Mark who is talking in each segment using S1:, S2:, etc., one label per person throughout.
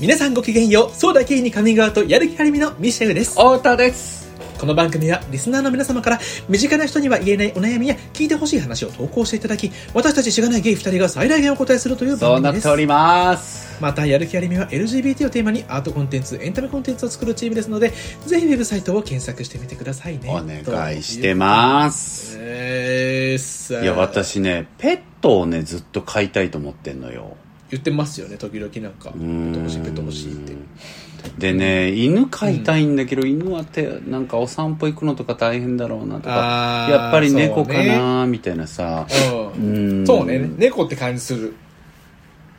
S1: 皆さんごきげんよう、そうだけにカミングアウトやる気ありみのミシェルです。
S2: 太田です
S1: この番組はリスナーの皆様から身近な人には言えないお悩みや聞いてほしい話を投稿していただき、私たちしがないゲイ2人が最大限お答えするという
S2: そう
S1: 番
S2: なっ
S1: 組です
S2: て。おります
S1: また、やる気ありみは LGBT をテーマにアートコンテンツ、エンタメコンテンツを作るチームですので、ぜひウェブサイトを検索してみてくださいね。
S2: お願いして
S1: ま
S2: ます
S1: えーす。
S2: いや私ねペットをねずっと飼いたいと思ってんのよ
S1: 言ってますよね、時々なんか。ペット欲しい、ペット欲しいって。
S2: でね犬飼いたいんだけど、犬はてなんかお散歩行くのとか大変だろうなと
S1: あ
S2: か
S1: ー
S2: やっぱり猫か
S1: そ
S2: なみたいなさ
S1: う
S2: うんん
S1: そうね、猫って感じする。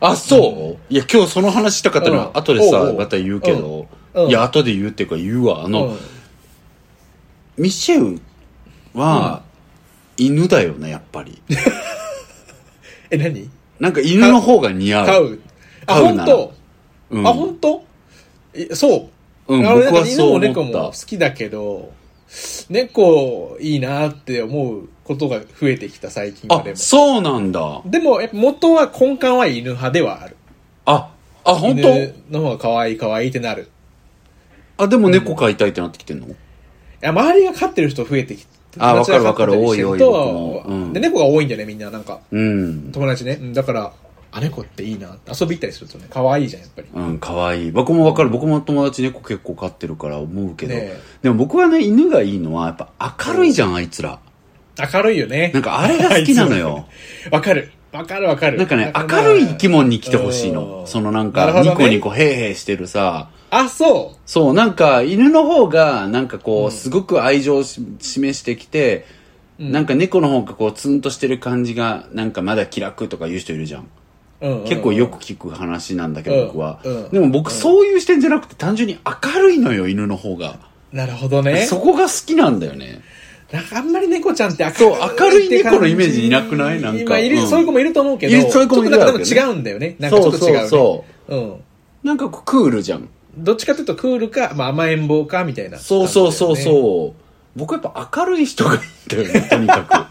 S2: あそう、いや今日その話したかった
S1: う
S2: ら
S1: ん
S2: 後でさ
S1: おうおう
S2: また言うけど、
S1: うん
S2: いや後で言うっていうか言うわあの、
S1: うん
S2: ミシェウは、犬だよねやっぱり
S1: え、何
S2: なんか犬の方が似
S1: 飼
S2: 合う
S1: う。あ、
S2: 飼う
S1: 本
S2: なら
S1: 当
S2: うん、
S1: あ、本当えそう。
S2: うん
S1: なるほど
S2: 僕はそう思った
S1: なんか犬も猫も好きだけど、猫いいなって思うことが増えてきた最近は
S2: あ
S1: でも。
S2: そうなんだ
S1: でも、やっぱ元は根幹は犬派ではある。
S2: ああ本当
S1: 犬の方が可愛い可愛いってなる。
S2: あでも猫飼いたいってなってきてんの、
S1: いや、周りが飼ってる人増えてきて。
S2: あ
S1: 友達が
S2: わかる
S1: 飼ってたり
S2: わかる
S1: して
S2: 多い多い
S1: と
S2: 僕もうん
S1: で、猫が多いんだよね、みんな。なんか、
S2: うん。
S1: 友達ね。うんだから、あ、猫っていいな。遊び行ったりするとね、可愛いじゃん、やっぱり。
S2: うん、かわいい。僕もわかる。僕も友達猫結構飼ってるから思うけど。
S1: ねえ
S2: でも僕はね、犬がいいのは、やっぱ明るいじゃん、あいつら。
S1: 明るいよね
S2: なん。かあれが好きなの よ。
S1: わかる。わかるわかる。
S2: なんかね、明
S1: ね
S2: るい生き物に来てほしい
S1: うん
S2: の。そのなん
S1: なるほ
S2: か、
S1: ど
S2: ニ
S1: ね
S2: コニコヘーヘーしてるさ。
S1: あ、そ
S2: そう、なんか犬の方が、なんかこう、すごく愛情をし示してきて、なんか猫の方がこう、ツンとしてる感じが、なんかまだ気楽とか言う人いるじゃん。
S1: う。うんうんうん
S2: 結構よく聞く話なんだけ
S1: うん
S2: ど、僕は
S1: うん。
S2: でも僕、そういう視点じゃなくて、単純に明るいのよ、犬の方が。
S1: なるほどね。
S2: そこが好きなんだよね。
S1: なんかあんまり猫ちゃんって明るい
S2: そう明るい
S1: って感じ
S2: 猫のイメージいなくないなんか
S1: まあいる、
S2: うん
S1: そういう子もいると思うけ
S2: い
S1: ど、
S2: るそういう子もいるだ
S1: ちょっとなんか
S2: ろう
S1: 多
S2: けどね
S1: 分違うんだよね。なんかちょっと違う、ね。
S2: そうそう
S1: うん。
S2: なんかこうクールじゃん。
S1: どっちかというとクールか、まあ甘えん坊かみたいな、
S2: そうそうそう
S1: う。
S2: そう。僕やっぱ明るい人がいいんだよね、とにか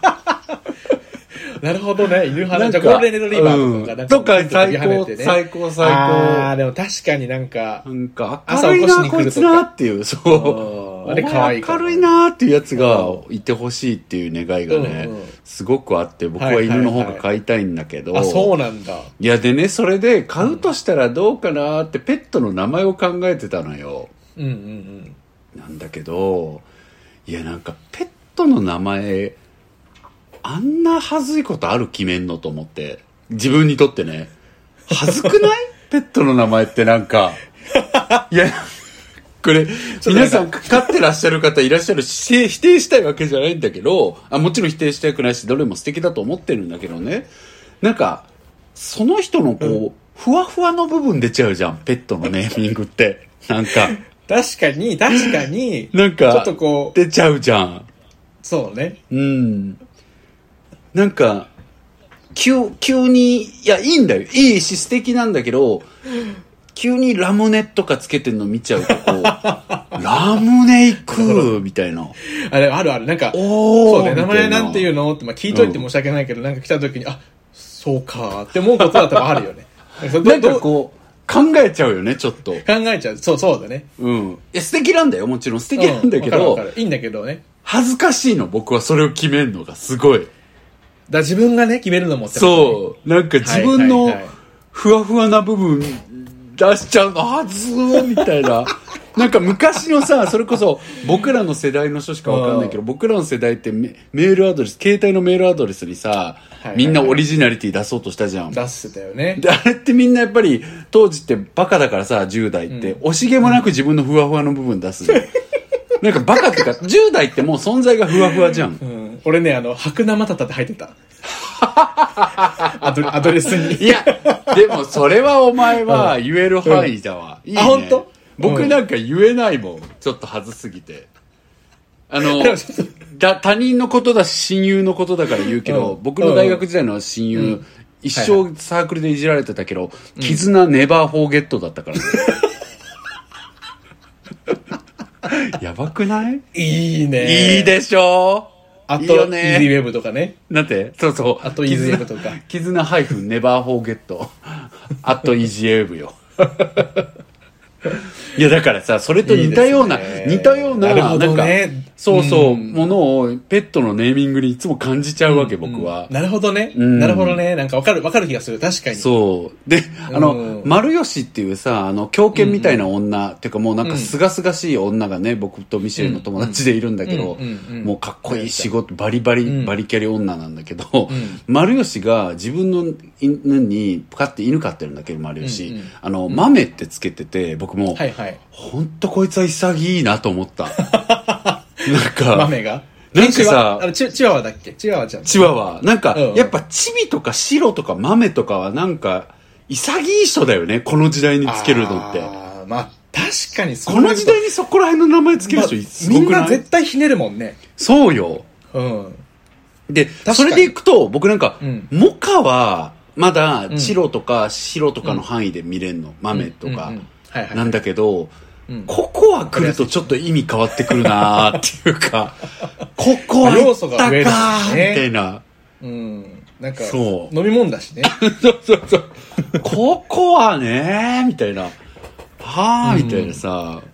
S1: なるほどね。犬
S2: く。
S1: 派なん じゃあゴールデンレトリーバーとか
S2: う
S1: なんんか、
S2: とか最
S1: ちょっと跳ね
S2: 高、
S1: てね
S2: 最高、最
S1: あー、
S2: 高。
S1: でも確かになんか
S2: な、んか
S1: 朝
S2: 明る
S1: 起
S2: い
S1: こしに
S2: な、
S1: 来
S2: こ
S1: る
S2: い
S1: とか
S2: つなっていう、
S1: う
S2: そ
S1: ん
S2: う。
S1: あれ可愛いから
S2: お前明るいなっていうやつが
S1: う
S2: いてほしいっていう願いがね
S1: うんうん、
S2: すごくあって、僕は犬の方が飼いたいんだけど。
S1: あ、そうなんだ。
S2: いやでね、それで買うとしたらどうかなってペットの名前を考えてたのよ。
S1: うんうんうん。
S2: なんだけど、いやなんかペットの名前、あんな恥ずいことある決めんのと思って。自分にとってね。恥ずくない ペットの名前ってなんか。いや、これ、
S1: とな
S2: 皆
S1: んか
S2: さん飼ってらっしゃる方いらっしゃるし、否定したいわけじゃないんだけど、あ、もちろん否定したくないし、どれも素敵だと思ってるんだけどね。なんか、その人のこう、ふわふわの部分出ちゃうじゃん、ペットのネーミングって。なんか。
S1: 確かに、確かに、
S2: なんか、
S1: ちょっとこう、
S2: 出ちゃうじゃん。
S1: そうね。
S2: うん。なんか、急、急に、いや、いいんだよ。いいし、素敵なんだけど、急にラムネとかつけてんの見ちゃうと、こう、 ラムネ行くみたいな。
S1: あれ、あるある。なんか、
S2: おー
S1: そうね、名前なんていううのって、まあ、聞いといて申し訳ないけど、なんか来た時に、あ、そうかーって思うことは多分あるよね。そ
S2: な
S1: れ
S2: ん
S1: ど
S2: か
S1: どう考
S2: こう、考えちゃうよね、ちょっと。
S1: えちゃう。そう、そうだね。
S2: うん。いや、素敵なんだよ、もちろん。素敵なんだけど
S1: うわかるわ、かるいいんだけどね。
S2: 恥ずかしいの、僕はそれを決めんのが、すごい。
S1: だ自分がね、決めるのもってう。
S2: そう。なんか自分
S1: はい
S2: の
S1: はいはい
S2: ふわふわな部分出しちゃうの、はずーみたい な。なんか昔のさ、それこそ僕らの世代の人しかわかんないけど、僕らの世代ってメメールアドレス、携帯のメールアドレスにさ
S1: いはい、
S2: みんなオリジナリティ出そうとしたじゃん。で、
S1: 出してたよね。
S2: あれってみんなやっぱり当時ってバカだからさ、10代って、惜しげもなく自分のふわふわの部分出 すじゃん。なんかバカってか、10代ってもう存在がふわふわじゃん
S1: う。ん。俺ね、あの、白生タタって入って た。アドアドレスに。
S2: いや、でもそれはお前は言える範囲だわ。いいね、
S1: あ本当
S2: 僕なんか言えないもん。ちょっと恥ずすぎて。あの
S1: でも ちょっと、
S2: だ他人のことだし親友のことだから言うけど、
S1: うん
S2: 僕の大学時代の親友、一生サークルでいじられてたけど、絆ネバーフォーゲットだったから、ね やばくない、
S1: いいね。
S2: いい。でしょ
S1: あと、
S2: い
S1: イ
S2: いよ
S1: ージ
S2: ね。
S1: ーウェブとかね。
S2: なんてそうそう。
S1: あとイージーウェブと か。
S2: 絆ハイフンネバーフォーゲット。アットイージーエブよ。 いやだからさそれと似たようない
S1: いですね
S2: 似たような
S1: なるほど
S2: な
S1: ね
S2: んかそうそう、
S1: うん
S2: ものをペットのネーミングにいつも感じちゃうわけ、僕は、
S1: なるほどね。
S2: うん
S1: なるほどね。なんかわかる、わかる気がする。確かに。
S2: そうであ
S1: うん
S2: の丸吉っていうさあの狂犬みたいな女、っていうかもうなん
S1: う
S2: か
S1: ん
S2: すがすがしい女がね僕とミシェルの友達でいるんだけど、
S1: うんうんうん
S2: もうかっこいい仕事バリバリ、
S1: うん
S2: バリキャリ女なんだけど、
S1: ん
S2: 丸吉が自分の犬に飼って犬飼ってるんだけど丸吉、
S1: うんうん
S2: あの豆ってつけてて僕も、
S1: はいはい。
S2: ほんとこいつは潔いなと思 った。なんか、
S1: 豆が。
S2: なんかさ
S1: 犬種はあのチ、チワワだっけチワワちゃん。
S2: チワワ。なんか、
S1: うんうん
S2: やっぱチビとか白とか豆とかはなんか、潔い人だよね、この時代につけるのって。
S1: あーまあ、確かにそ
S2: この時代にそこら辺の名前つける人、すごくな
S1: まあみんない絶対ひねるもんね。
S2: そうよ。
S1: うん。
S2: で、
S1: かに
S2: それでいくと、僕なんか、
S1: うん
S2: モカは、まだ
S1: う、ん
S2: 白とか白とかの範囲で見れんの。豆とか
S1: うんうんうん。はいはい。
S2: なんだけど、
S1: うん
S2: ここは来るとちょっと意味変わってくるなーっていう か、ここは行
S1: 要
S2: った
S1: 素
S2: か
S1: が
S2: ー
S1: 上
S2: み
S1: ですね
S2: たいな。
S1: うん。なんか、
S2: そう
S1: 飲み物だしね。
S2: そうそうそう。ここはねーみたいな。は
S1: う
S2: ー
S1: ん
S2: みたいなさ。
S1: まあ、
S2: ね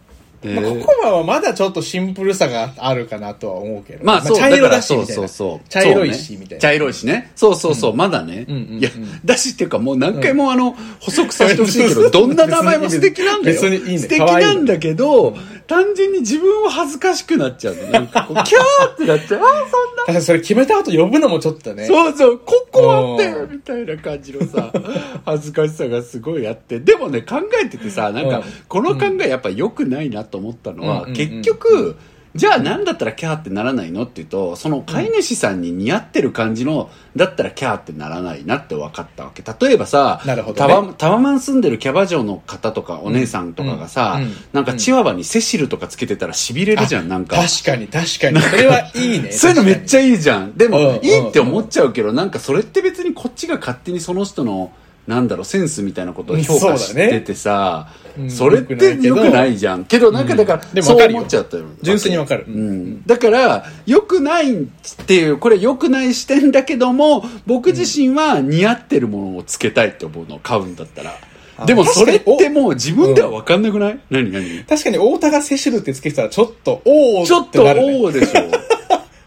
S1: ココマはまだちょっとシンプルさがあるかなとは思うけど。
S2: まあそう、
S1: 茶色だし、
S2: か
S1: み
S2: ら
S1: たい
S2: そうそ
S1: な。
S2: うそう。
S1: 茶色いし
S2: そうね
S1: みたいな
S2: 茶色いしね。そうそうそう、まだね。
S1: うんうんうん
S2: いや、だしっていうかもう何回もあの、補足させてほしい けど、どんな名前も素敵なんだよ。
S1: 別にいいね
S2: 素敵なんだけど、単純に自分は恥ずかしくなっちゃうの。なんかこう、キャーってなっちゃう。あーそんな。
S1: ただそれ決めた後呼ぶのもちょっとね。
S2: そうそう、ここはあって
S1: うん
S2: みたいな感じのさ、 恥ずかしさがすごいあって、でもね、考えててさ、なん
S1: うん
S2: か、この考えやっぱ良くないなと思ったの
S1: うんうん
S2: は
S1: う、ん
S2: 結局、じゃあなんだったらキャーってならないのって言うと、その飼い主さんに似合ってる感じの、だったらキャーってならないなって分かったわけ。例えばさ、
S1: なるほどね
S2: タワタワマン住んでるキャバ嬢の方とかお姉さんとかがさ、
S1: うんうん
S2: なんかチワワにセシルとかつけてたら痺れるじゃん、なんか。
S1: 確かに確かに。それはいいね。
S2: そういうのめっち
S1: ゃ
S2: ゃいいじゃん。でも、
S1: う
S2: い
S1: ん
S2: いって思っちゃうけど、なんかそれって別にこっちが勝手にその人の、なんだろう、センスみたいなことを評
S1: うん
S2: 価
S1: そう
S2: し
S1: だね
S2: ててさ、そ,、
S1: うん
S2: れって良
S1: 良くないけ
S2: く
S1: ど
S2: ないじゃん。けど、なんかだから、
S1: うんでも分
S2: そ
S1: か
S2: う
S1: るよ
S2: 思っちゃったよ。
S1: 純粋にわかる。
S2: うん、だから、良くないっていう、これ良くない視点だけども、僕自身は似合ってるものをつけたいって思うの、買うんだったら。
S1: あ
S2: でも
S1: 確か
S2: そ
S1: に
S2: れってもう自分では分かんなくない、何何
S1: 確かに太田がセシルってつけてたらちょっと、おお
S2: ちょっと、
S1: てなるね
S2: おうでしょ。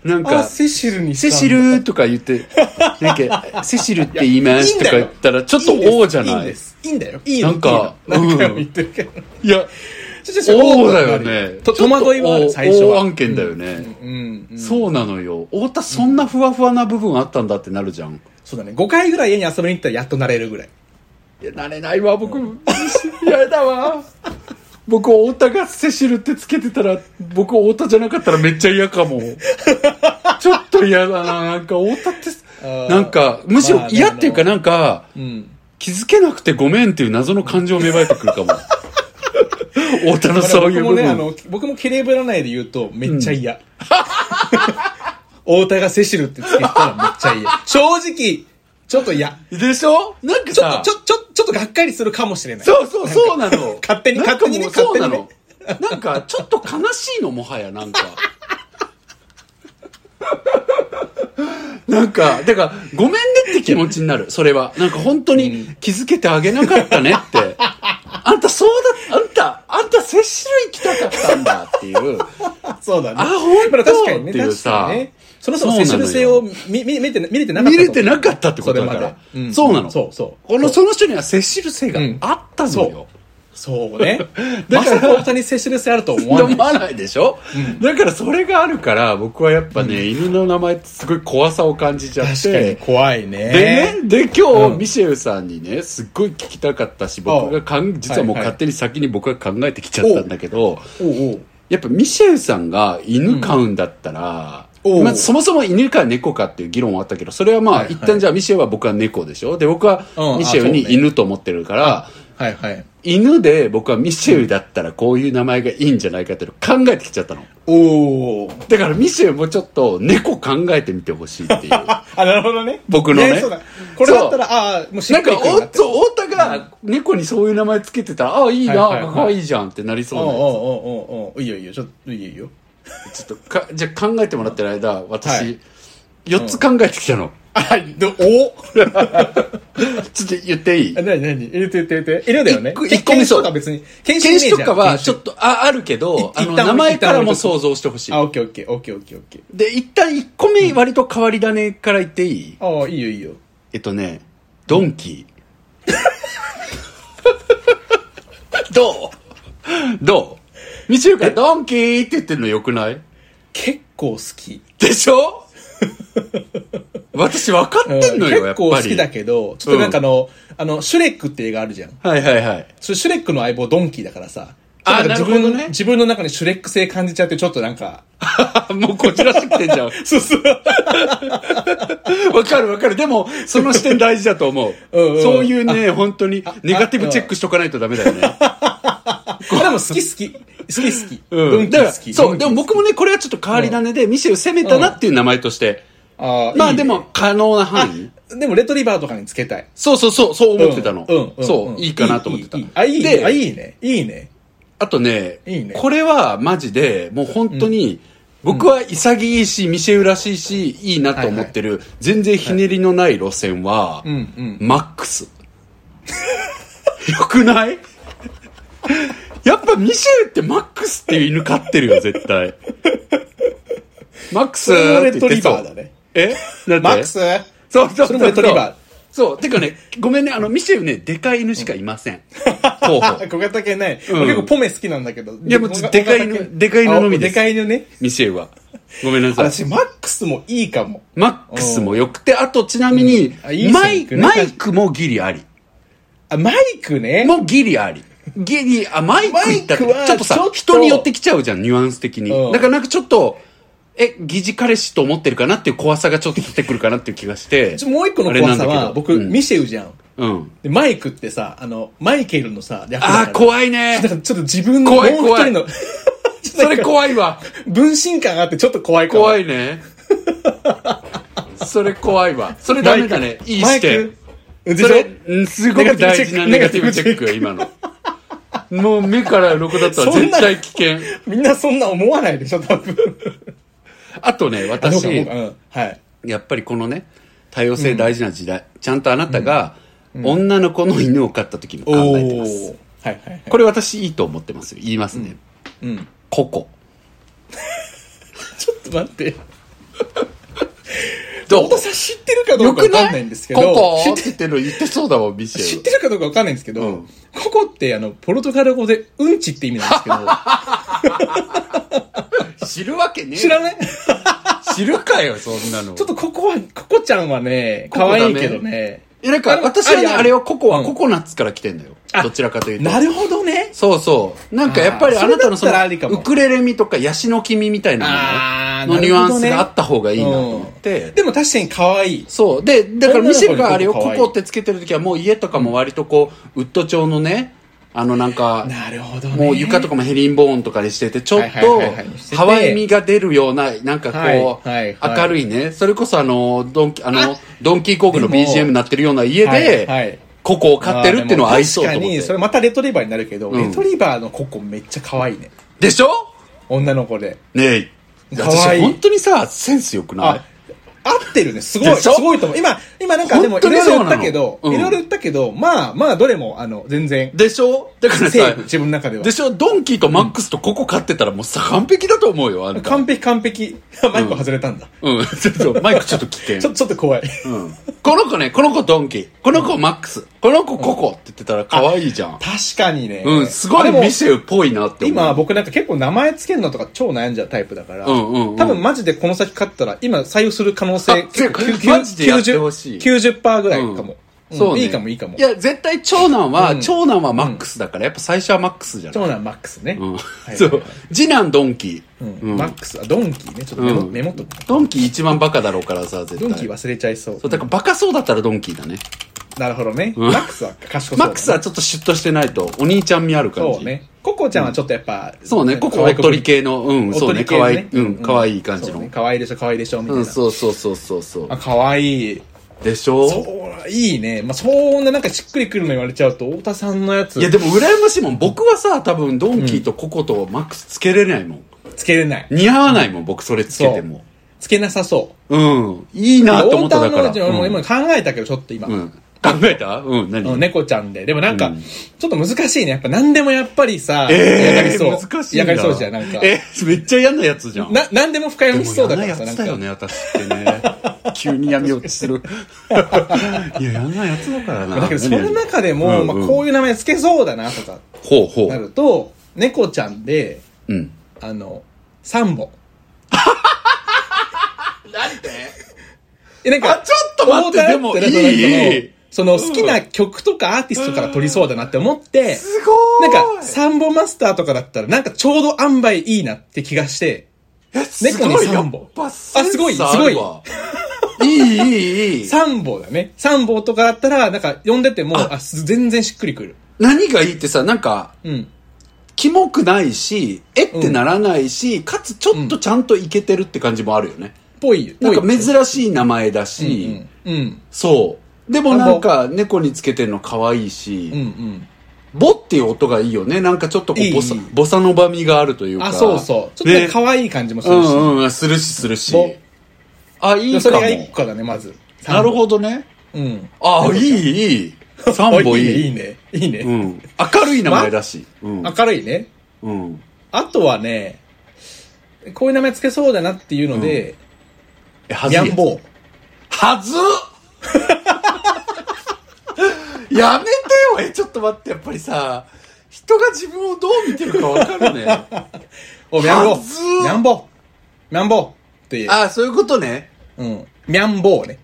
S2: なん
S1: あ、
S2: か、
S1: セシルにした
S2: セ
S1: んだ
S2: シルとか言って、なんか、セシルって言いますとか言ったら、ちょっと王じゃ
S1: いいん
S2: ない
S1: で
S2: い
S1: す。いいんだよ。いいの
S2: なんか
S1: いいの何回
S2: うん
S1: も言ってるけど。
S2: や、
S1: ちょちょちょ
S2: 王だ
S1: 王
S2: よ
S1: となる
S2: ね。
S1: と戸惑いはあ
S2: ちょっ
S1: る、
S2: と
S1: 最初
S2: 王
S1: は。
S2: 王案件だよね。
S1: うん。うん。うん
S2: そうなのよ。太田そんなふわふわな部分あったんだってなるじゃん。
S1: そうだね。5回ぐらい家に遊びに行ったらやっとなれるぐらい。
S2: いや、なれないわ、僕。 やだわ。僕、太田がセシルってつけてたら、僕、太田じゃなかったらめっちゃ嫌かも。ちょっと嫌だな。なんか、太田って、なんか、むし
S1: ま
S2: ろ
S1: あ
S2: 嫌っていうかなんか、
S1: うん。
S2: 気づけなくてごめんっていう謎の感情芽生えてくる かも。太田の そういう
S1: 僕も
S2: 部
S1: ね、あ
S2: 分。
S1: の、僕もケレブラ内で言うと、めっちゃ嫌。 太田がセシルってつけてたらめっちゃ嫌。正直、ちょっと嫌。
S2: でしょなんか
S1: ちょっ
S2: さ
S1: と、、ちょ、ちょ、ちょっとがっかりするかもしれない。
S2: そうそう、そうなの。
S1: 勝手に
S2: なんかもう
S1: 勝手にね
S2: そうな
S1: 勝
S2: の。なんか、ちょっと悲しいの、もはや、 なんか。なんか、だから、ごめんねって気持ちになる、それは。なんか、本当に気づけてあげなかったねって。 あんた、そうだ、あんた、あんた、摂取行きたかったんだっていう。
S1: そうだね。
S2: あ本当
S1: ま確かにね、
S2: っていう
S1: 確
S2: さ
S1: かにね。そのそもセシル性を見、見、見てな、見れてなかったと思う。
S2: 見れてなかったってことだか
S1: それ
S2: ら
S1: まで。ん
S2: そうなの。
S1: そうそう。
S2: この、
S1: そう
S2: その人には接しる性があったの
S1: そう
S2: よ。
S1: そう ね。
S2: だ
S1: ま
S2: から
S1: さか大谷にセシル性あると思わない
S2: 思。わないでしょ、だからそれがあるから、僕はやっぱね、犬の名前ってすごい怖さを感じちゃって。
S1: 確かに怖いね。
S2: でね、で今日、
S1: うん
S2: ミシェルさんにね、すっごい聞きたかったし、僕がかん、実はもう
S1: はいはい
S2: 勝手に先に僕が考えてきちゃったんだけど、
S1: おうおう。
S2: やっぱミシェルさんが犬飼うんだったら、
S1: うんおう
S2: まあ、そもそも犬か猫かっていう議論はあったけど、それはまあ、
S1: はいはい
S2: 一旦じゃあミシェルは僕は猫でしょで、僕は
S1: うん
S2: ミシェルに
S1: あそうね
S2: 犬と思ってるから、
S1: はいはい。
S2: 犬で僕はミシェルだったらこういう名前がいいんじゃないかっていうのを考えてきちゃったの。
S1: おお。
S2: だからミシェルもちょっと猫考えてみてほしいって いう。
S1: あ、なるほどね。
S2: 僕のね
S1: いやそうだこれだったら、ああ、もうし
S2: な
S1: っ
S2: ん
S1: く
S2: か、
S1: りくる
S2: お
S1: な
S2: っ
S1: って
S2: と、太田が猫にそういう名前つけてたら、ああ、いいな、可
S1: はいはい
S2: 愛
S1: はい
S2: いいじゃんってなりそう
S1: おう
S2: な
S1: お
S2: やつ
S1: うおうおうおういいよいいよ、ちょっと、いいよいいよ。
S2: ちょっとか、じゃあ考えてもらってる間、私、
S1: はい
S2: 4つ考えてきたの。はい、で、おちょっと言っていい
S1: あ、なになに入れて入れて入れて。いるだよね。
S2: 一個一個目
S1: 犬種
S2: そう
S1: とか別に。犬種
S2: 犬種
S1: イメージ
S2: と
S1: だ
S2: かは、
S1: 犬
S2: ちょ
S1: 種
S2: っと、あ、あるけど、あ
S1: 一
S2: の、
S1: 旦
S2: 名前からも
S1: 一旦
S2: 想像してほしい
S1: あ、。オッケーオッケー、オッケーオッケーオッケー。
S2: で、一旦1個目、割と変わり種から言っていい
S1: ああ、いいよいいよ。
S2: えっとね、ドンキー。どうどうみちゅうか、ドンキーって言ってるのよくない
S1: 結構好き。
S2: でし ょ私分か
S1: うん
S2: ってんのよ、やっぱ
S1: 結構
S2: り。
S1: 好きだけど、ちょっとなんかあの、あの、シュレックって映画あるじゃん。
S2: はいはいはい。
S1: それシュレックの相棒ドンキーだからさ。
S2: あ
S1: なんか自
S2: なるほ
S1: 分、
S2: どね
S1: 自分の中にシュレック性感じちゃって、ちょっとなんか、
S2: もうこちらしてきてんじゃん。
S1: そう そう。
S2: わかるわかる。でも、その視点大事だと思う。
S1: うんうん
S2: そういうね、本当に、ネガティブチェックしとかないとダメだよ ね。
S1: でも好き好き。好き好き。ド
S2: う
S1: ン
S2: ん。
S1: キ
S2: だか
S1: ー
S2: ら、
S1: 好き。
S2: そ
S1: ド
S2: う、
S1: ン
S2: で
S1: キー
S2: も僕もね、これはちょっと変わり種で、ミシェル攻めたなっていう名前として。
S1: あー
S2: ま
S1: い
S2: あ
S1: いね
S2: でも、可能な範囲。
S1: でもレトリバーとかにつけたい。
S2: そうそうそう、そう思ってたの。
S1: うんうん
S2: そう、
S1: ん
S2: いいかなと思ってた
S1: いいいい。あ、いいね。あ、
S2: で、
S1: いいね。いいね。
S2: あとね
S1: いいね、
S2: これはマジで、もう本当に、僕は潔いし、ミシェルらしいし、いいなと思ってる、全然ひねりのない路線は
S1: うん、うん。
S2: マックス。 よくないやっぱミシェルってマックスっていう犬飼ってるよ、絶対。マックス
S1: それはレ
S2: って
S1: ト
S2: 言って
S1: リ
S2: そう
S1: バーだね。
S2: えなんで
S1: マックス
S2: そうそう
S1: それもレトリバー
S2: そう。そうてかね、ごめんね、あの、ミシェルね、でかい犬しかいま せん。候補。
S1: 小型犬ね。
S2: うん
S1: 俺結構ポメ好きなんだけど。い
S2: やもうでかい犬でかい犬のみです
S1: でかい犬ね。
S2: ミシェルは。ごめんなさい。
S1: 私、マックスもいいかも。
S2: マックスもよくて、あとちなみに
S1: うんあいい、
S2: マ
S1: 線い
S2: イ
S1: く
S2: ク、
S1: ね
S2: マイクもギリあり。
S1: あ、マイクね。
S2: もうギリあり。ギリ、あ、マイクいったって
S1: マイクは
S2: ちょっとさ
S1: ちょっと
S2: 人によってきちゃうじゃん、ニュアンス的に。
S1: うん
S2: だからなんかちょっと、え、疑似彼氏と思ってるかなっていう怖さがちょっと出てくるかなっていう気がして
S1: ち。ょもう一個の怖
S2: あ
S1: さ
S2: れなんだ
S1: は、
S2: けど
S1: 僕、
S2: うん
S1: ミシェウじゃん。
S2: うん。
S1: で、マイクってさ、あの、マイケルのさ、略だから
S2: あー、怖いね
S1: だ。からちょっと自分のもう
S2: 怖い
S1: 一人 の、
S2: それ怖いわ。
S1: 分身感があってちょっと怖いかも
S2: 怖い ね。それ怖いわ。それダメだね。いい
S1: マ
S2: 視
S1: イク
S2: 点。
S1: でし
S2: そ
S1: ょ
S2: れ、うんすごく大事なネ
S1: ネ
S2: ガ
S1: ガ
S2: テ
S1: テ
S2: ィ
S1: ィ
S2: ブ
S1: ブ
S2: チ
S1: チ
S2: ェッ
S1: ェッ
S2: ク
S1: ク
S2: よ、今の。もう目から鱗だったら
S1: そん
S2: 絶
S1: な
S2: 対危険。
S1: みんなそんな思わないでしょ、多分。
S2: あとね、
S1: あそうか
S2: 私
S1: そう、かうん。はい。
S2: やっぱりこのね、多様性大事な時代、ちゃんとあなたが、女の子の犬を飼った時も考
S1: お
S2: えて
S1: ー。
S2: ま
S1: はい
S2: す。
S1: はいはい。
S2: これ私いいと思ってますよ。言いますね。
S1: うん。
S2: ココ。
S1: ちょっと待って。
S2: ど
S1: 太田さん知ってるかどうかわかんないんですけど、
S2: ココ
S1: 知
S2: っ
S1: ってて
S2: 言ってるの言ってそうだもん、ビシエル。
S1: 知ってるかどうかわかんないんですけど、
S2: うん
S1: ここってあの、ポルトガル語でうんちって意味なんで すけど、
S2: 知るわけねえ
S1: 知らない
S2: 知るかよ、そんなの。
S1: ちょっとここは、ここちゃんはね、
S2: ココ
S1: 可
S2: ダメ
S1: 愛いけどね。
S2: え、なんか、
S1: あの
S2: 私はね、
S1: あるあ
S2: あ
S1: る
S2: れはココは
S1: うん
S2: ココナッツから来てんだよ。
S1: あ
S2: どちらかというと。
S1: なるほどね。
S2: そうそう。なんかやっぱり
S1: あー
S2: あなたのそ
S1: それだったらあ
S2: の、
S1: りかも
S2: ウクレレみとかヤシの木みみたいな
S1: あ
S2: の
S1: ー
S2: のニュアンス
S1: なるほどね
S2: があった方がいいなと思って。
S1: でも確かに可愛い。
S2: そう。で、だからミシェルがあれを
S1: 女の子
S2: コ
S1: にココ可愛い
S2: コってつけてるときはもう家とかも割とこう、ウッド調のね、あのなんか、
S1: なるほどね。
S2: もう床とかもヘリンボーンとかでしてて、ちょっ
S1: はいはいはいはいして
S2: と、
S1: て
S2: ハワイ味が出るような、なんかこう、
S1: はいはいはい
S2: 明るいね。それこそあの、ドンキ、あの、ドンキーコーグの
S1: でも
S2: BGM になってるような家
S1: はいは
S2: で
S1: い、
S2: ココを飼ってるっていうのは合いそうと
S1: あー
S2: 思
S1: でも確かに、そ
S2: っ
S1: れ
S2: て。
S1: またレトリバーになるけど、
S2: うん
S1: レトリバーのココめっちゃ可愛いね。
S2: でしょ
S1: 女の子で。
S2: ねえ。
S1: かわい
S2: 私
S1: い
S2: 本当にさ、センス良くない
S1: あ、合ってるね。すごい。
S2: ですしょ
S1: ごいと思う。今、今なんかで
S2: 本
S1: もい
S2: 当
S1: ろ
S2: に
S1: い
S2: そう
S1: ろ
S2: なの
S1: 言ったけど、
S2: うん
S1: いろいろ言ったけど、まあまあ、どれも、あの、全然、
S2: でしょだから
S1: セー
S2: さ
S1: フ、、自分の中では
S2: で。しょドンキーとマックスとココ飼ってたらもうさ、完璧だと思うよ、あんた。
S1: 完璧完璧。マイク外れたんだ。
S2: うん、ちょっと、マイクちょっと危険。
S1: ちょっと、ちょっと怖い。
S2: うんこの子ね、この子ドンキ、この子マックス、この子ココって言ってたら可愛いじゃん。
S1: 確かにね。
S2: うん、すご
S1: あで
S2: い
S1: も
S2: ミシェルっぽいなって思う。
S1: 今僕なんか結構名前つけるのとか超悩んじゃうタイプだから、
S2: うんうんうん
S1: 多分マジでこの先勝ったら今採用する可能
S2: あ
S1: 性結構
S2: てか
S1: きゅ
S2: マジでやってほしい
S1: 90 90%ぐらいかも、うん
S2: そうね、
S1: いいかもいいかも
S2: いや、絶対長男は、
S1: うん
S2: 長男はマックスだから、やっぱ最初はマックスじゃない。
S1: 長男マックスね、
S2: うん
S1: はい
S2: そ。
S1: はいう
S2: 次男ドンキ。
S1: うん
S2: うん
S1: マックスあドンキーねちょっとメモ,、
S2: うん
S1: メモっとく
S2: ドンキ一番バカだろうからさ、絶
S1: ド
S2: 対。
S1: ンキー忘れちゃいそう
S2: そう、だからバカそうだったらドンキだね。
S1: なるほどね、マックスは賢そうだね、
S2: マックスはちょっとシュッとしてないと、お兄ちゃん味ある感じ。
S1: そうねココちゃんはちょっとやっぱ、
S2: そうね、ここおっとり系の、うん、そうね、可愛い、うん、可愛い感じの。
S1: かわいいでしょかわいいでしょみたいうな、
S2: ん、そうそうそうそうそう
S1: あ。かわいい
S2: でしょ
S1: そういいね、まあ、そんななんかしっくりくるの言われちゃうと太田さんのやつ
S2: いやでも羨ましいもん。僕はさ、多分ドンキーとココとマックスつけれないもん。
S1: つけれない
S2: 似合わないもん、僕それつけても。
S1: つけなさそう。
S2: うん。いいなと思っただか
S1: オー
S2: ら。
S1: タムの
S2: う
S1: 俺も
S2: ん
S1: 考えたけど、ちょっと今。
S2: うん。考えたうん、何、
S1: うん猫ちゃんで。でもなんか、
S2: うん
S1: ちょっと難しいね。やっぱ何でもやっぱりさ、
S2: え
S1: やがり
S2: え
S1: そう。
S2: 難しいんだ
S1: やがりそうじゃん、なんか。
S2: えめっちゃ嫌なやつじゃん。
S1: な、何でも深読
S2: で
S1: み
S2: も
S1: しそうだから
S2: 嫌な
S1: さ、
S2: や
S1: なん
S2: つだよ
S1: か。
S2: ね、私って ね。急にやめようとする。いや、嫌なやつだからな。
S1: だけど、その中で
S2: うん
S1: も、
S2: うん
S1: まあ、こういう名前つけそうだな、とか、
S2: ほうほ
S1: な
S2: う。
S1: ると、猫ちゃんで、
S2: うん。
S1: あの、サンボ。
S2: なんで
S1: え、なん
S2: あ、
S1: か、
S2: ちょっと待って、
S1: オーダー
S2: でもい
S1: って
S2: い
S1: その、その好きな曲とかアーティストから取りそうだなって思って、
S2: すご
S1: な
S2: ーい
S1: んか、サンボマスターとかだったら、なんかちょうど塩梅いいなって気がして、
S2: えす
S1: 猫
S2: ご
S1: に
S2: いや
S1: 三本
S2: っぱセンス
S1: あすごい
S2: あるわいい、いい、いい。
S1: 三本だね。三本とかだったら、なんか読んでても、
S2: あ
S1: あ、す全然しっくりくる。
S2: 何がいいってさ、なんか、
S1: うん。
S2: キモくないし、えってならないし、かつちょっとちゃんといけてるって感じもあるよね。
S1: ぽい。
S2: なんか
S1: ぽい
S2: 珍しい名前だし、
S1: うん。うん。
S2: そう。でもなんか猫につけてるの可愛いし、
S1: うん。うん。
S2: ボっていう音がいいよね。なんかちょっとこ
S1: いうい
S2: ボサ、ボサのバミがあるというか。
S1: あ、そうそう。ちょっと
S2: ね
S1: 可愛い感じもす
S2: う
S1: るし。
S2: んうん、するしするし
S1: ボ。
S2: あ、いい
S1: そ
S2: か
S1: れ
S2: も。
S1: が一個だね、まず。
S2: なる
S1: ど。
S2: ほどね。
S1: うん。
S2: あ、いい、いい。サンボ
S1: お
S2: いい。
S1: いいね。いいね。いいね
S2: うん。明るい名前だし。うん。
S1: 明るいね。
S2: うん。
S1: あとはね、こういう名前つけそうだなっていうので、
S2: え、はずい
S1: ヤ
S2: やつ
S1: ンボー。
S2: は ずっやめてよえ、ちょっと待って、やっぱりさ、人が自分をどう見てるかわかるね。
S1: お、ミャンボ
S2: はずー
S1: ー。ミャンボー。ミャンボーっていう。
S2: あ、そういうことね。
S1: うん。ミャンボーね。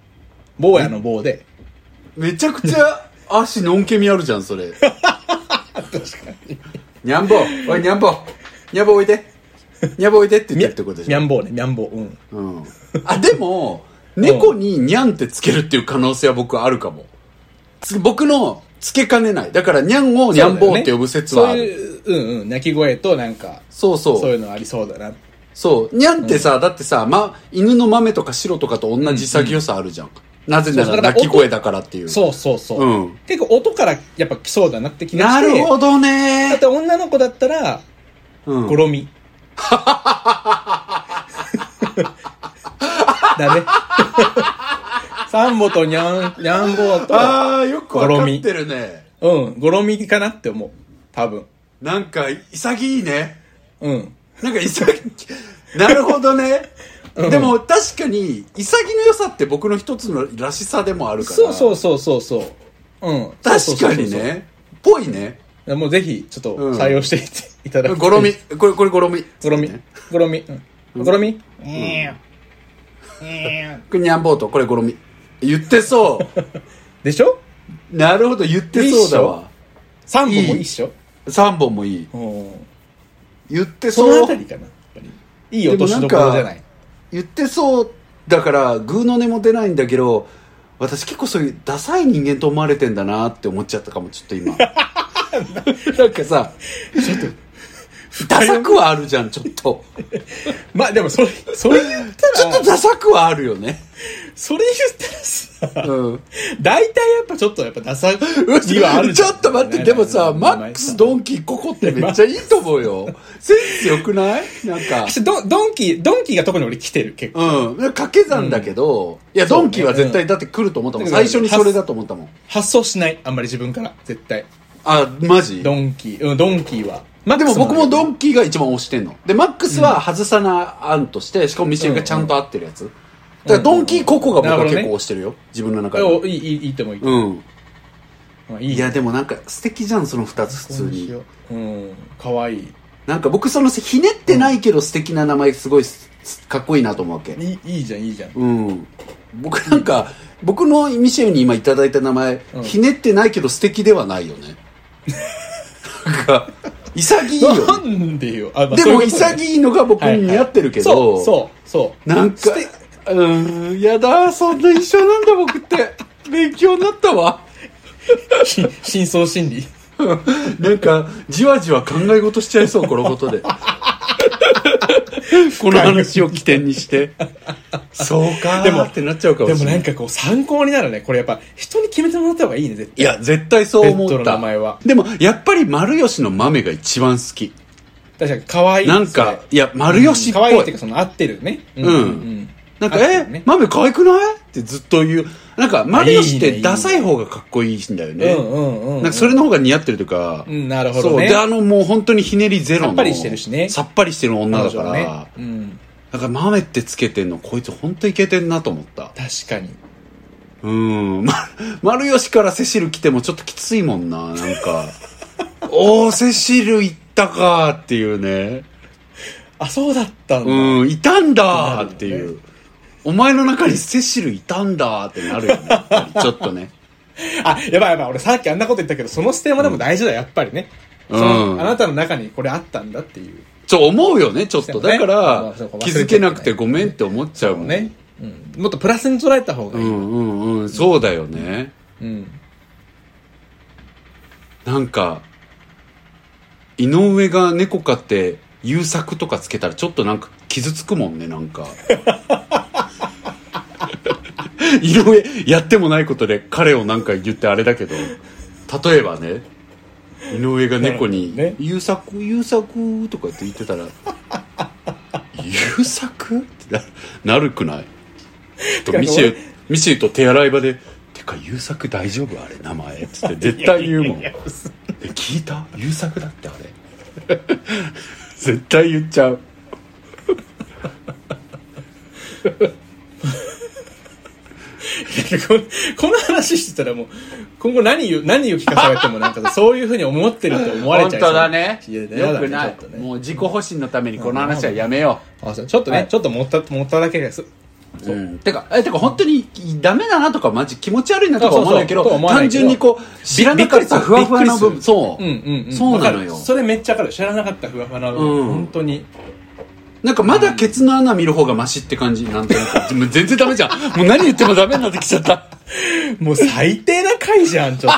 S1: 坊やの棒で。
S2: めちゃくちゃ足のんけみあるじゃん、そ れ。確かに。にゃんぼ、おい、にゃんぼ、にゃんぼおいで。にゃんぼおいでって言ってるってことで
S1: ミ
S2: しょ
S1: ャ。ンボーね、ミャンボー。うん。
S2: うん。あ、でも、猫ににゃんってつけるっていう可能性は僕あるかも。つ僕のつけかねない。だから、にゃんをにゃんぼうって呼ぶ説はあ
S1: そう
S2: る。
S1: いう、うんうん、鳴き声となんか、
S2: そうそう。
S1: そういうのありそうだな。
S2: そう。にゃんってさ、だってさ、ま、犬の豆とか白とかと同じ潔さあるじゃん。なぜな
S1: そう
S2: ら
S1: だから
S2: 鳴き声だからっていう。
S1: そうそうそう。
S2: うん
S1: 結構音からやっぱ来そうだなって気が
S2: な
S1: して。
S2: るほど
S1: だっ
S2: ね
S1: て。女の子だったら、
S2: うん
S1: ゴロ ミ。だね。サンボとニャン、ニャンボーと、
S2: ああ、よくわかってるね。
S1: うん、ゴロミかなって思う。多分。
S2: なんか、潔いね。
S1: うん。
S2: なんか潔い。なるほどね。
S1: うん
S2: でも確かに、潔の良さって僕の一つのらしさでもあるから。
S1: そうそうそうそうそう。うん。
S2: 確かに
S1: そうそうそう
S2: ね。ぽいね。
S1: そう。もうぜひ、ちょっと採用していっていただきたい
S2: ゴロミ。これ、これゴロミ。
S1: ゴロミ
S2: ね。
S1: ゴロミ。うんゴロミ
S2: これニャンボート、これゴロミ。言ってそう。
S1: でしょ
S2: なるほど、言ってそうだわ。
S1: 三本もいいっしょ
S2: 3本もいい。
S1: うん
S2: 言って
S1: その
S2: そ
S1: あた
S2: う
S1: り。かな。やっぱりいい落としどころじゃない。
S2: 言ってそうだからグーの音も出ないんだけど私結構そういうダサい人間と思われてんだなって思っちゃったかもちょっと 今なんかさダサくはあるじゃんちょっと
S1: まあでもそれ、それ言ったら、
S2: ちょっとダサくはあるよね
S1: それ言ったらさ、
S2: うん
S1: 大体やっぱちょっとやっぱダサ いはある
S2: ち
S1: じゃん
S2: ょっと待ってでもさマックスド
S1: ン
S2: ンキーココってめっちゃいいと思うよセンスよくないなんか
S1: キ。ドンドンキ、ドンキが特に俺来てる結構。
S2: うん掛け算だけど、いや
S1: そう
S2: ド
S1: ね
S2: ンキーは絶対だって来ると思ったもん、
S1: うん
S2: 最初にそれだと思ったもん
S1: 発想しない。あんまり自分から。絶対。
S2: あマジ
S1: ドンキ、うん、ドンキは。マッ
S2: で
S1: ク
S2: も
S1: ス
S2: 僕もド
S1: ン
S2: ンキーが一番推してんの。で、マックスは外さな案として、しかもミシェルがちゃんと合ってるやつ。だからドンキーここが僕は
S1: なるほどね
S2: 結構推してるよ。自分の中
S1: キ
S2: で。
S1: いい、いい、いいと思う。
S2: うん。
S1: まあいいね
S2: いや、でもなんか素敵じゃん、その二つ普通
S1: こうし
S2: に
S1: よ。ううん、かわいい。
S2: なんか僕そのひねってないけど素敵な名前すごいすかっこいいなと思うわけ。
S1: いいいいじゃん、いいじゃん。
S2: うん。僕なんか、僕のミシェルに今いただいた名前、
S1: ん
S2: ひねってないけど素敵ではないよね。なんか、潔い よね。
S1: なんでよ。あまあ
S2: で
S1: そういう
S2: も
S1: ことね
S2: 潔いのが僕に似合ってるけど、
S1: そう、そう、そう。
S2: なんか
S1: 素敵、
S2: うーん、やだ、そんな一緒なんだ僕って。勉強になったわ。
S1: し 深層心理。
S2: なんか、じわじわ考え事しちゃいそう、このこと で。この話を起点にして。そうか
S1: でも
S2: ってなっちゃうかも
S1: で
S2: し
S1: も
S2: れな。
S1: ないんかこう参考になるね。これやっぱ人に決めてもらった方がいいね、絶対。
S2: いや、絶対そう思った。
S1: ペットの名前は
S2: でも、やっぱり丸吉の豆が一番好き。
S1: 確かに可愛い。
S2: なんか、いや、丸吉っ
S1: 可
S2: ぽ
S1: 愛い
S2: い
S1: っていう。かその合ってるね。う
S2: うん
S1: ん。
S2: なんか、
S1: あったよね
S2: え、マメ可愛くないってずっと言う。なんか、マリオシっ
S1: いいねいい
S2: て
S1: ね
S2: ダサい方がかっこいいんだよ
S1: う
S2: ね。
S1: んうんうん、うん。
S2: なんか、それの方が似合ってるというか、
S1: うん、なるほ
S2: そ
S1: ど
S2: う。
S1: ね。
S2: で、あの、もう本当にひねりゼロの。
S1: さっぱりしてるしね
S2: さっぱりしてる女だから。
S1: 彼女はね。うん。
S2: なんか、マメってつけてんの、こいつ本当いけてんなと思った。
S1: 確かに。
S2: うん。ま、丸吉からセシル来てもちょっときついもんな、なん か。おー、セシル行ったかーっていうね。
S1: あ、そうだったんだ。
S2: うん、いたんだーっていう。お前の中にセシルいたんだーってなるよね。やっぱりちょっとね。
S1: あ、やばいやばい。俺さっきあんなこと言ったけど、そのステマでも大事だよ、やっぱりね。
S2: うん
S1: そのあなたの中にこれあったんだっていう。
S2: そう思うよね、ちょっ
S1: そ
S2: と。
S1: うね
S2: だか
S1: まあ
S2: ら
S1: そうか忘、れ
S2: 気
S1: てた
S2: づけなくてごめんって思っちゃうもん
S1: ね。。うん。もっとプラスに捉えた方が
S2: う
S1: いい。
S2: んうんうん、そうだよね。
S1: うん。
S2: なんか、井上が猫飼って、優作とかつけたらちょっとなんか傷つくもんね、なんか。 井上、やってもないことで彼をなんか言ってあれだけど、例えばね、井上が猫に
S1: なるほどね、
S2: 優作、優作とかって言ってたら、 優作ってななるくないちょっとミシェ、ミシェと手洗い場で、てか優作大丈夫あれ、名前。つって絶対言うもん。え聞いた優作だってあれ 絶対言っちゃう
S1: こ この話してたらもう、今後何言う、何を聞かされてもなんかさ そういうふうに思ってるって思われちゃいそういややだねちょっとね
S2: う自己保身のためにこ
S1: の話はや
S2: めよ
S1: あそうちょっとね、
S2: はい
S1: ちょっと持った、持っただけです。
S2: う、ん、てかえてか本当にダメだなとかマジ気持ち悪いなとか思うんだけど
S1: そうそうそうとは思わな
S2: 単
S1: いけど
S2: 純にこう知らなかった
S1: びっくりする
S2: ふわふわな部
S1: びっくり
S2: 分
S1: す
S2: そう、
S1: うんうんうん。
S2: そうなの
S1: わ
S2: よ
S1: かるそれめっちゃわかる。知らなかったふわふわなの。
S2: うん
S1: 本当に。
S2: なんかまだケツの穴見る方がマシって感じなんとな くもう全然ダメじゃんもう何言ってもダメになってきちゃった
S1: もう最低な回じゃん、ちょっ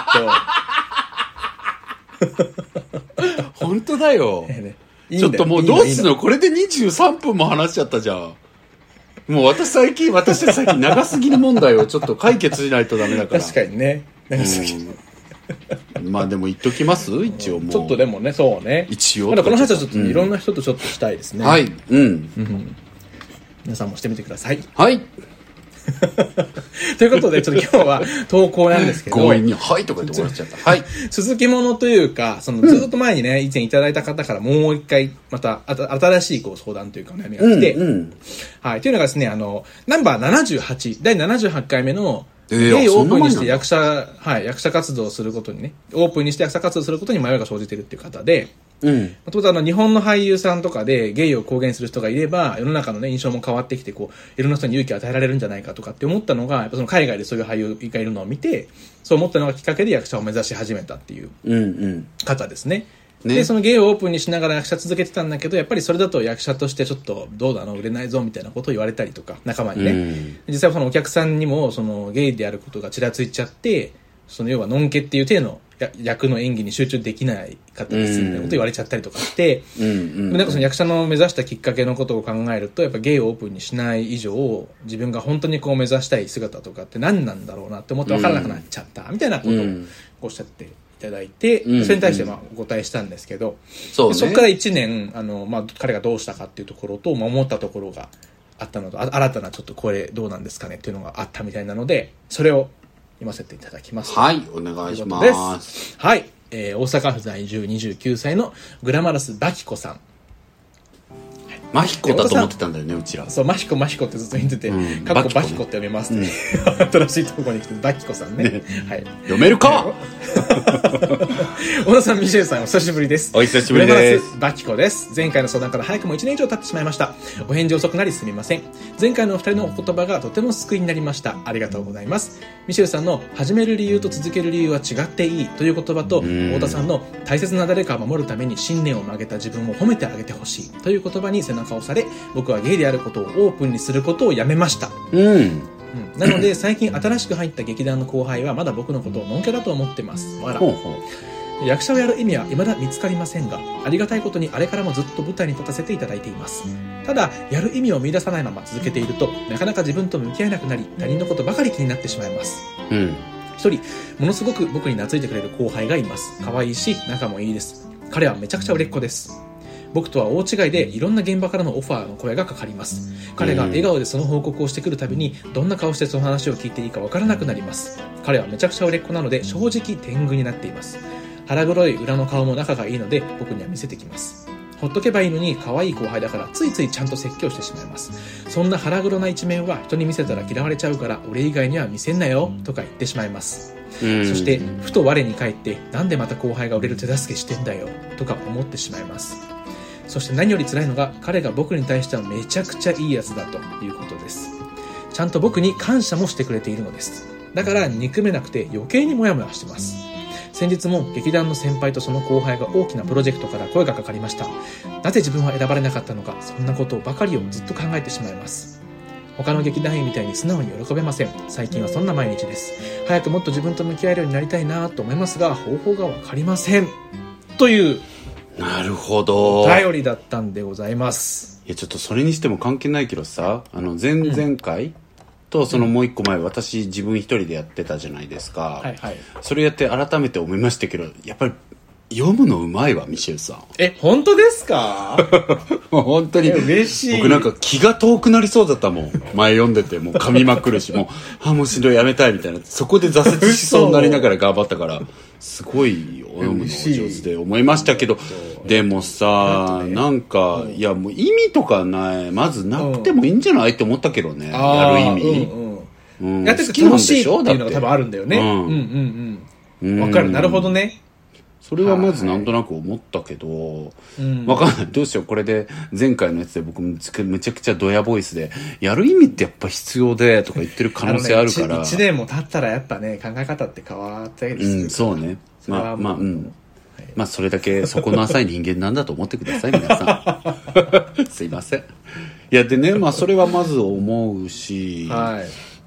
S1: と。
S2: 本当だよ
S1: ね
S2: ちょっともうどうすん
S1: いい
S2: のこれで23分も話しちゃったじゃん。もう私最近、私最近長すぎる問題をちょっと解決しないとダメだから。
S1: 確かにね。なんか
S2: うんまあでも言っときます一応もう。
S1: ちょっとでもね、そうね。
S2: 一応
S1: まだこの話はちょっといろん
S2: な、
S1: な人とちょっとしたいです
S2: う
S1: ね。
S2: んはい。うん。
S1: 皆さんもしてみてください。
S2: はい。
S1: ということで、ちょっと今日は投稿なんですけど、
S2: 強引に、はいとか言って終わっちゃった。はい。
S1: 続きものというか、そのずっと前にね、以前いただいた方からもう一回、またあた新しいご相談というかお悩みが
S2: う
S1: 来
S2: ん。
S1: て、
S2: うん。
S1: はい。というのがですね、あの、ナンバー78、第78回目の、
S2: え
S1: え
S2: ー
S1: ー、
S2: あ
S1: を
S2: そ
S1: オ
S2: んな
S1: ープ
S2: 前
S1: ンに
S2: な
S1: し
S2: ん
S1: て
S2: だ
S1: 役者、はい、役者活動をすることにね、オープンにして役者活動をすることに迷いが生じているっていう方で、
S2: うん。
S1: もともとあの、日本の俳優さんとかでゲイを公言する人がいれば、世の中のね、印象も変わってきて、こう、いろんな人に勇気を与えられるんじゃないかとかって思ったのが、やっぱその海外でそういう俳優がいるのを見て、そう思ったのがきっかけで役者を目指し始めたっていう
S2: うん。うん。
S1: 方ですね。
S2: ね
S1: で、そのゲイをオープンにしながら役者続けてたんだけど、やっぱりそれだと役者としてちょっとどうだの売れないぞみたいなことを言われたりとか、仲間にね。
S2: うん
S1: 実際そのお客さんにも、そのゲイであることがちらついちゃって、その要はのんけっていう体のや役の演技に集中できない方ですみたいなことを言われちゃったりとかして、
S2: うん。う
S1: で
S2: ん。
S1: なんかその役者の目指したきっかけのことを考えると、やっぱゲイをオープンにしない以上、自分が本当にこう目指したい姿とかって何なんだろうなって思って分からなくなっちゃった、みたいなことを
S2: うん
S1: おっしゃっていただいて、
S2: うん
S1: それに対してまあお答えしたんですけど、
S2: そう
S1: で
S2: ね。
S1: そこから1年、あの、まあ、彼がどうしたかっていうところと、まあ思ったところがあったのと、あ新たなちょっとこれどうなんですかねっていうのがあったみたいなので、それを読ませていただきます。
S2: はい。お願いします。
S1: はい。えー大阪府在住29歳のグラマラスバキコさん。
S2: マヒコだと思ってたんだよね、うちら。
S1: そう、マヒコマヒコってずっと言ってて、
S2: うん
S1: かっこ
S2: バ
S1: バ
S2: キ
S1: ヒ
S2: コ
S1: コ
S2: ね
S1: って呼びますね。 新しいところに来て、バキコさんね。はい。
S2: 読めるか
S1: 小野さん、ミシェルさん、お久しぶりです。
S2: お久しぶりです
S1: ブレマラスバキコです。前回の相談から早くも1年以上経ってしまいました。お返事遅くなりすみません。前回のお二人のお言葉がとても救いになりました。ありがとうございます。ミシェルさんの始める理由と続ける理由は違っていいという言葉と、
S2: ん
S1: 太田さんの大切な誰かを守るために信念を曲げた自分を褒めてあげてほしいという言葉に背中を押され、僕はゲイであることをオープンにすることをやめました。
S2: うん。
S1: うんなので最近新しく入った劇団の後輩はまだ僕のことをノンキャだと思ってます。わら
S2: ほうほう。
S1: 役者をやる意味は未だ見つかりませんが、ありがたいことにあれからもずっと舞台に立たせていただいています。ただ、やる意味を見出さないまま続けていると、なかなか自分と向き合えなくなり、他人のことばかり気になってしまいます。
S2: うん。
S1: 一人、ものすごく僕に懐いてくれる後輩がいます。可愛いし、仲もいいです。彼はめちゃくちゃ売れっ子です。僕とは大違いでいろんな現場からのオファーの声がかかります彼が笑顔でその報告をしてくるたびにどんな顔してその話を聞いていいかわからなくなります彼はめちゃくちゃ売れっ子なので正直天狗になっています腹黒い裏の顔も仲がいいので僕には見せてきますほっとけばいいのに可愛い後輩だからついついちゃんと説教してしまいますそんな腹黒な一面は人に見せたら嫌われちゃうから俺以外には見せんなよとか言ってしまいます
S2: うん
S1: そしてふと我に返ってなんでまた後輩が売れる手助けしてんだよとか思ってしまいますそして何より辛いのが彼が僕に対してはめちゃくちゃいいやつだということですちゃんと僕に感謝もしてくれているのですだから憎めなくて余計にモヤモヤしてます先日も劇団の先輩とその後輩が大きなプロジェクトから声がかかりましたなぜ自分は選ばれなかったのかそんなことばかりをずっと考えてしまいます他の劇団員みたいに素直に喜べません最近はそんな毎日です早くもっと自分と向き合えるようになりたいなと思いますが方法が分かりませんという
S2: なるほど
S1: お便りだったんでございます
S2: いやちょっとそれにしても関係ないけどさあの前々回とそのもう一個前、私自分一人でやってたじゃないですか、
S1: はいはい
S2: それやって改めて思いましたけどやっぱり読むのうまいわミシェルさん
S1: え本当ですか
S2: 本当に
S1: いや嬉しい
S2: 僕なんか気が遠くなりそうだったもん前読んでてもう噛みまくるしもうあもうしんどいやめたいみたいなそこで挫折しそうになりながら頑張ったからすごい読むのお上手で思いましたけどでもさ、なんか、いやもう意味とかないまずなくてもいいんじゃないって思ったけどね やる意
S1: ー
S2: 味、
S1: うんうん
S2: うん
S1: やって
S2: 好
S1: て
S2: きなん
S1: 楽
S2: で
S1: しいっ
S2: してょ
S1: いうのが多分
S2: だっ
S1: あ
S2: て
S1: るんだよね、
S2: うん
S1: うんうん
S2: う
S1: うん
S2: ん
S1: わかるなるほどね
S2: それはまずなんとなく思ったけど、
S1: うん
S2: わかんない。どうしよう。これで、前回のやつで僕むちゃくむちゃくちゃドヤボイスで、やる意味ってやっぱ必要で、とか言ってる可能性あるから。
S1: のね一一年も経ったらやっぱね考え方って変わったりする
S2: うん、そうね。
S1: それ
S2: ま
S1: は
S2: あ、まあ、
S1: もう
S2: うん。まあ、それだけ、そこの浅い人間なんだと思ってください、皆さ ん。すいません。いや、でね、まあ、それはまず思うし、
S1: はい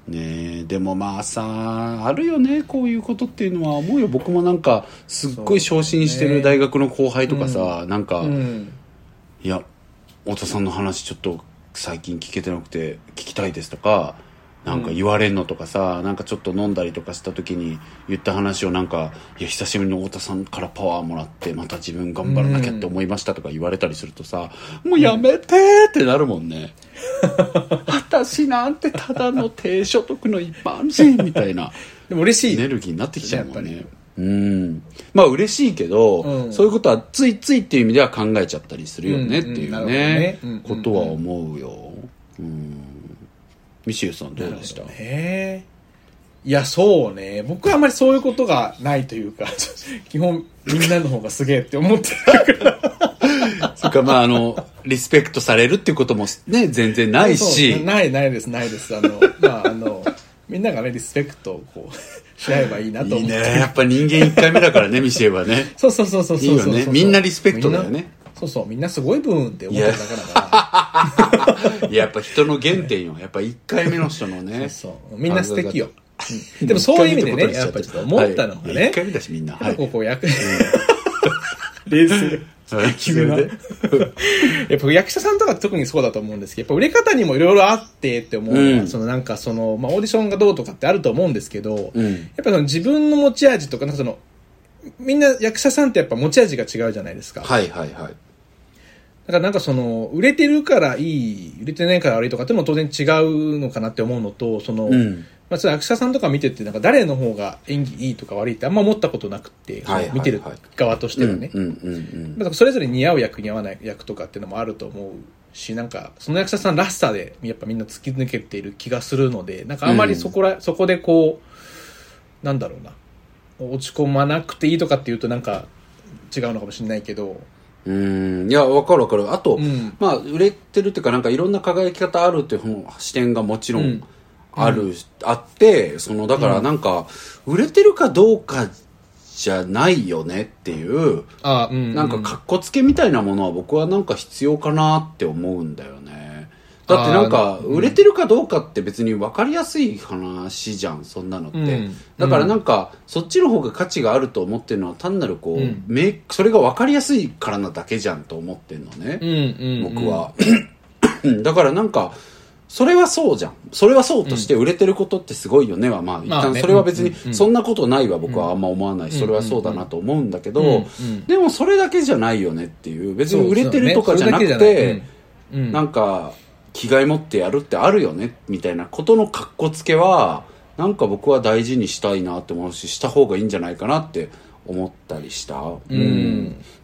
S2: ねえでもまあさあるよねこういうことっていうのは思うよ僕もなんかすっごい昇進してる大学の後輩とかさ、なんか、
S1: うん
S2: いや太田さんの話ちょっと最近聞けてなくて聞きたいですとかなんか言われんのとかさ、なんかちょっと飲んだりとかした時に言った話をなんかいや久しぶりに太田さんからパワーもらってまた自分頑張らなきゃって思いましたとか言われたりするとさ、もうやめてーってなるもんね私なんてただの低所得の一般人みたいな
S1: でも嬉し
S2: エ
S1: い、
S2: ネルギーになってきちゃうもん
S1: やっ
S2: ねうんまあ嬉しいけど、
S1: うん
S2: そういうことはついついっていう意味では考えちゃったりするよねっていうね,、
S1: うんうんなるほどねうん
S2: ことは思うよ、うん、ミシエルさんどうでした、
S1: ねいやそうね僕はあまりそういうことがないというか 基本みんなの方がすげえって思ってるから
S2: それからまああのリスペクトされるっていうこともね全然 ないし
S1: そうないないですないですあのまああのみんながねリスペクトをこう し合えばいいなと
S2: いい
S1: 思って
S2: ねやっぱ人間1回目だからねミシエルはね
S1: そうそうそうそうそうそうそう
S2: いいよねみんなリスペクトだよね
S1: みんなそうそうみんなすごいブーンって思ってるだけだか
S2: いややっぱ人の原点よやっぱ1回目の人のね
S1: らそうみんな素敵よ、うんでもそういう意味でねやっぱちょっと思ったのがね、
S2: 1回目だしみんな
S1: や
S2: は
S1: っぱこう
S2: い
S1: こう役、 冷静
S2: はいそれで
S1: やっぱ役者さんとか特にそうだと思うんですけど、やっぱ売れ方にもいろいろあってって思うのは、
S2: うん
S1: そのなんかその、まあオーディションがどうとかってあると思うんですけど、やっ
S2: うん
S1: ぱその自分の持ち味とか、なんかその、みんな役者さんってやっぱ持ち味が違うじゃないですか。
S2: はいはいはい
S1: だからなんかその、売れてるからいい、売れてないから悪いとかってのも当然違うのかなって思うのと、その、
S2: うん
S1: まあ、その役者さんとか見てて、なんか誰の方が演技いいとか悪いってあんま思ったことなくて、
S2: はいはいはい
S1: 見てる側としてはね。
S2: うんうんうん
S1: なんかそれぞれ似合う役に合わない役とかっていうのもあると思うし、なんかその役者さんらしさでやっぱみんな突き抜けている気がするので、なんかあんまりそこら、そこでこう、なんだろうな、落ち込まなくていいとかっていうとなんか違うのかもしれないけど、
S2: うーんいやわかるわかるあと、
S1: うん
S2: まあ売れてるっていうかなんかいろんな輝き方あるっていうの視点がもちろ
S1: うんん
S2: ある、あってそのだからなんか、売れてるかどうかじゃないよねっていう
S1: ああ、うん。
S2: なんかかっこつけみたいなものは僕はなんか必要かなって思うんだよねだってなんか
S1: あーうん
S2: 売れてるかどうかって別に分かりやすい話じゃんそんなのって、
S1: うん
S2: だからなんかそっちの方が価値があると思ってるのは単なるこう、
S1: うん
S2: めそれが分かりやすいからなだけじゃんと思ってるのね、
S1: うん、うん。
S2: 僕は、だからなんかそれはそうじゃん。それはそうとして売れてることってすごいよねは、まあ、一
S1: まあ
S2: 旦
S1: ね
S2: それは別
S1: うん
S2: に
S1: うんう、ん
S2: そんなことないは僕はあんま思わないし、
S1: うん
S2: それはそうだなと思うんだけ
S1: うん
S2: ど
S1: うん、
S2: でもそれだけじゃないよねっていう、別
S1: そう
S2: に売れてるとかじゃなく
S1: そうねそれだけじ
S2: て
S1: ゃな、いうんうん
S2: なんか、着替え持ってやるってあるよね、みたいなことの格好つけは、なんか僕は大事にしたいなって思うし、した方がいいんじゃないかなって思ったりした。うん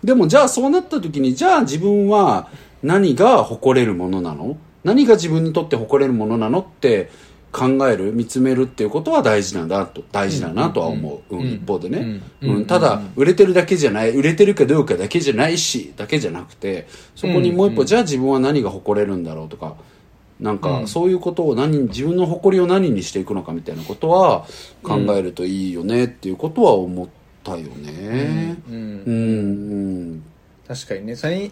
S2: でもじゃあそうなった時に、じゃあ自分は何が誇れるものなの何が自分にとって誇れるものなのって考える、見つめるっていうことは大事なんだと、大事だなとは思う。
S1: うん
S2: う
S1: うん
S2: ん一方でね。
S1: うん
S2: うんただ、売れてるだけじゃない、売れてるかどうかだけじゃないし、だけじゃなくて、そこにもう一
S1: うんう
S2: 歩、
S1: ん
S2: じゃあ自分は何が誇れるんだろうとか、なん
S1: う
S2: か
S1: ん
S2: そういうことを何、自分の誇りを何にしていくのかみたいなことは考えるといいよねっていうことは思ったよね。
S1: うんうん
S2: うん、うん。
S1: 確かにね、それに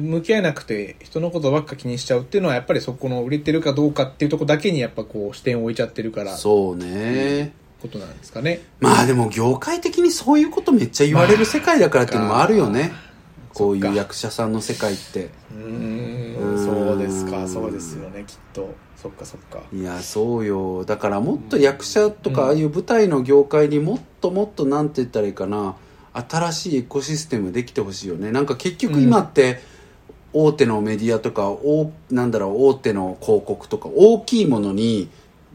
S1: 向き合えなくて、人のことばっか気にしちゃうっていうのは、やっぱりそこの売れてるかどうかっていうとこだけに、やっぱこう、視点を置いちゃってるから、
S2: そうね。
S1: ことなんですかね。
S2: まあでも業界的にそういうことめっちゃ言われる世界だからっていうのもあるよね。こうい
S1: そっ
S2: う
S1: か
S2: 役者さんの世界って。
S1: うー、
S2: うんん
S1: そうですか、そうですよね、きっと。そっかそっか。
S2: いやそうよだからもっと役者と
S1: うん
S2: かああいう舞台の業界にもっともっとなんて言ったらいいかな新しいエコシステムできてほしいよねなんか結局今って大手のメディアとか大なんだろう大手の広告とか大きいものに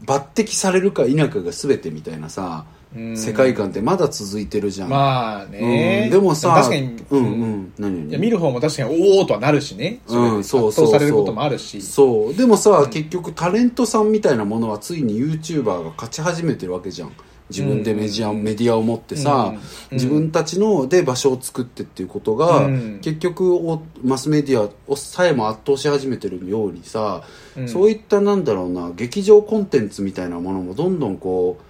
S2: 抜擢されるか否かが全てみたいなさ
S1: うん
S2: 世界観ってまだ続いてるじゃん、
S1: まあね、
S2: うんでもさ
S1: 確かに、
S2: うんうん何々
S1: いや見る方も確かに、おおーとはなるしね。
S2: うん
S1: それ
S2: そ
S1: で
S2: うそう
S1: 圧倒されることもあるし。
S2: そうでもさ、
S1: うん
S2: 結局タレントさんみたいなものはついに YouTuber が勝ち始めてるわけじゃん自分でメディア,、
S1: うん
S2: メディアを持ってさ、
S1: うんうん
S2: 自分たちので場所を作ってっていうことが、
S1: うん
S2: 結局おマスメディアをさえも圧倒し始めてるようにさ、
S1: うん
S2: そういったなんだろうな劇場コンテンツみたいなものもどんどんこう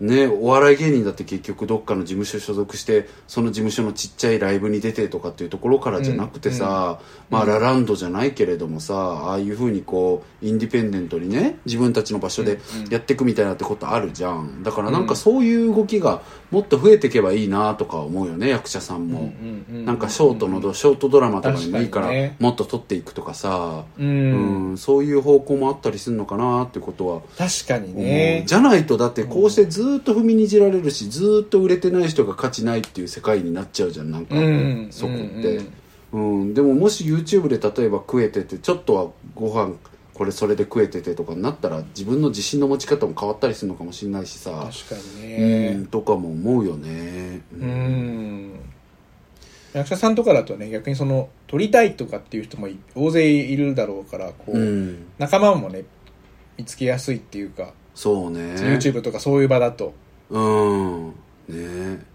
S2: ね、お笑い芸人だって結局どっかの事務所所属してその事務所のちっちゃいライブに出てとかっていうところからじゃなくてさ、まあ、ラランドじゃないけれどもさああいうふうにこうインディペンデントにね自分たちの場所で
S1: うんうん
S2: やっていくみたいなってことあるじゃんだからなんかそういう動きがもっと増えていけばいいなとか思うよね役者さんも、なんかショートのどショートドラマとかでもいいから
S1: 確かにね
S2: もっと撮っていくとかさ、
S1: う。
S2: うんん、そういう方向もあったりするのかなってことは
S1: 確かに
S2: 思う
S1: ね。
S2: じゃないとだってこうしてずーっと踏みにじられるしずーっと売れてない人が価値ないっていう世界になっちゃうじゃんなんか、
S1: うん
S2: そこっ
S1: う
S2: て
S1: ん、
S2: うんでももし YouTube で例えば食えててちょっとはご飯これそれで食えててとかになったら自分の自信の持ち方も変わったりするのかもしれないしさ、
S1: 確かに
S2: う
S1: ね
S2: ん。とかも思うよね、
S1: うん。役者さんとかだとね、逆にその、撮りたいとかっていう人もい大勢いるだろうから、こう、
S2: うん
S1: 仲間もね、見つけやすいっていうか、
S2: そうね
S1: YouTube とかそういう場だと。
S2: うんね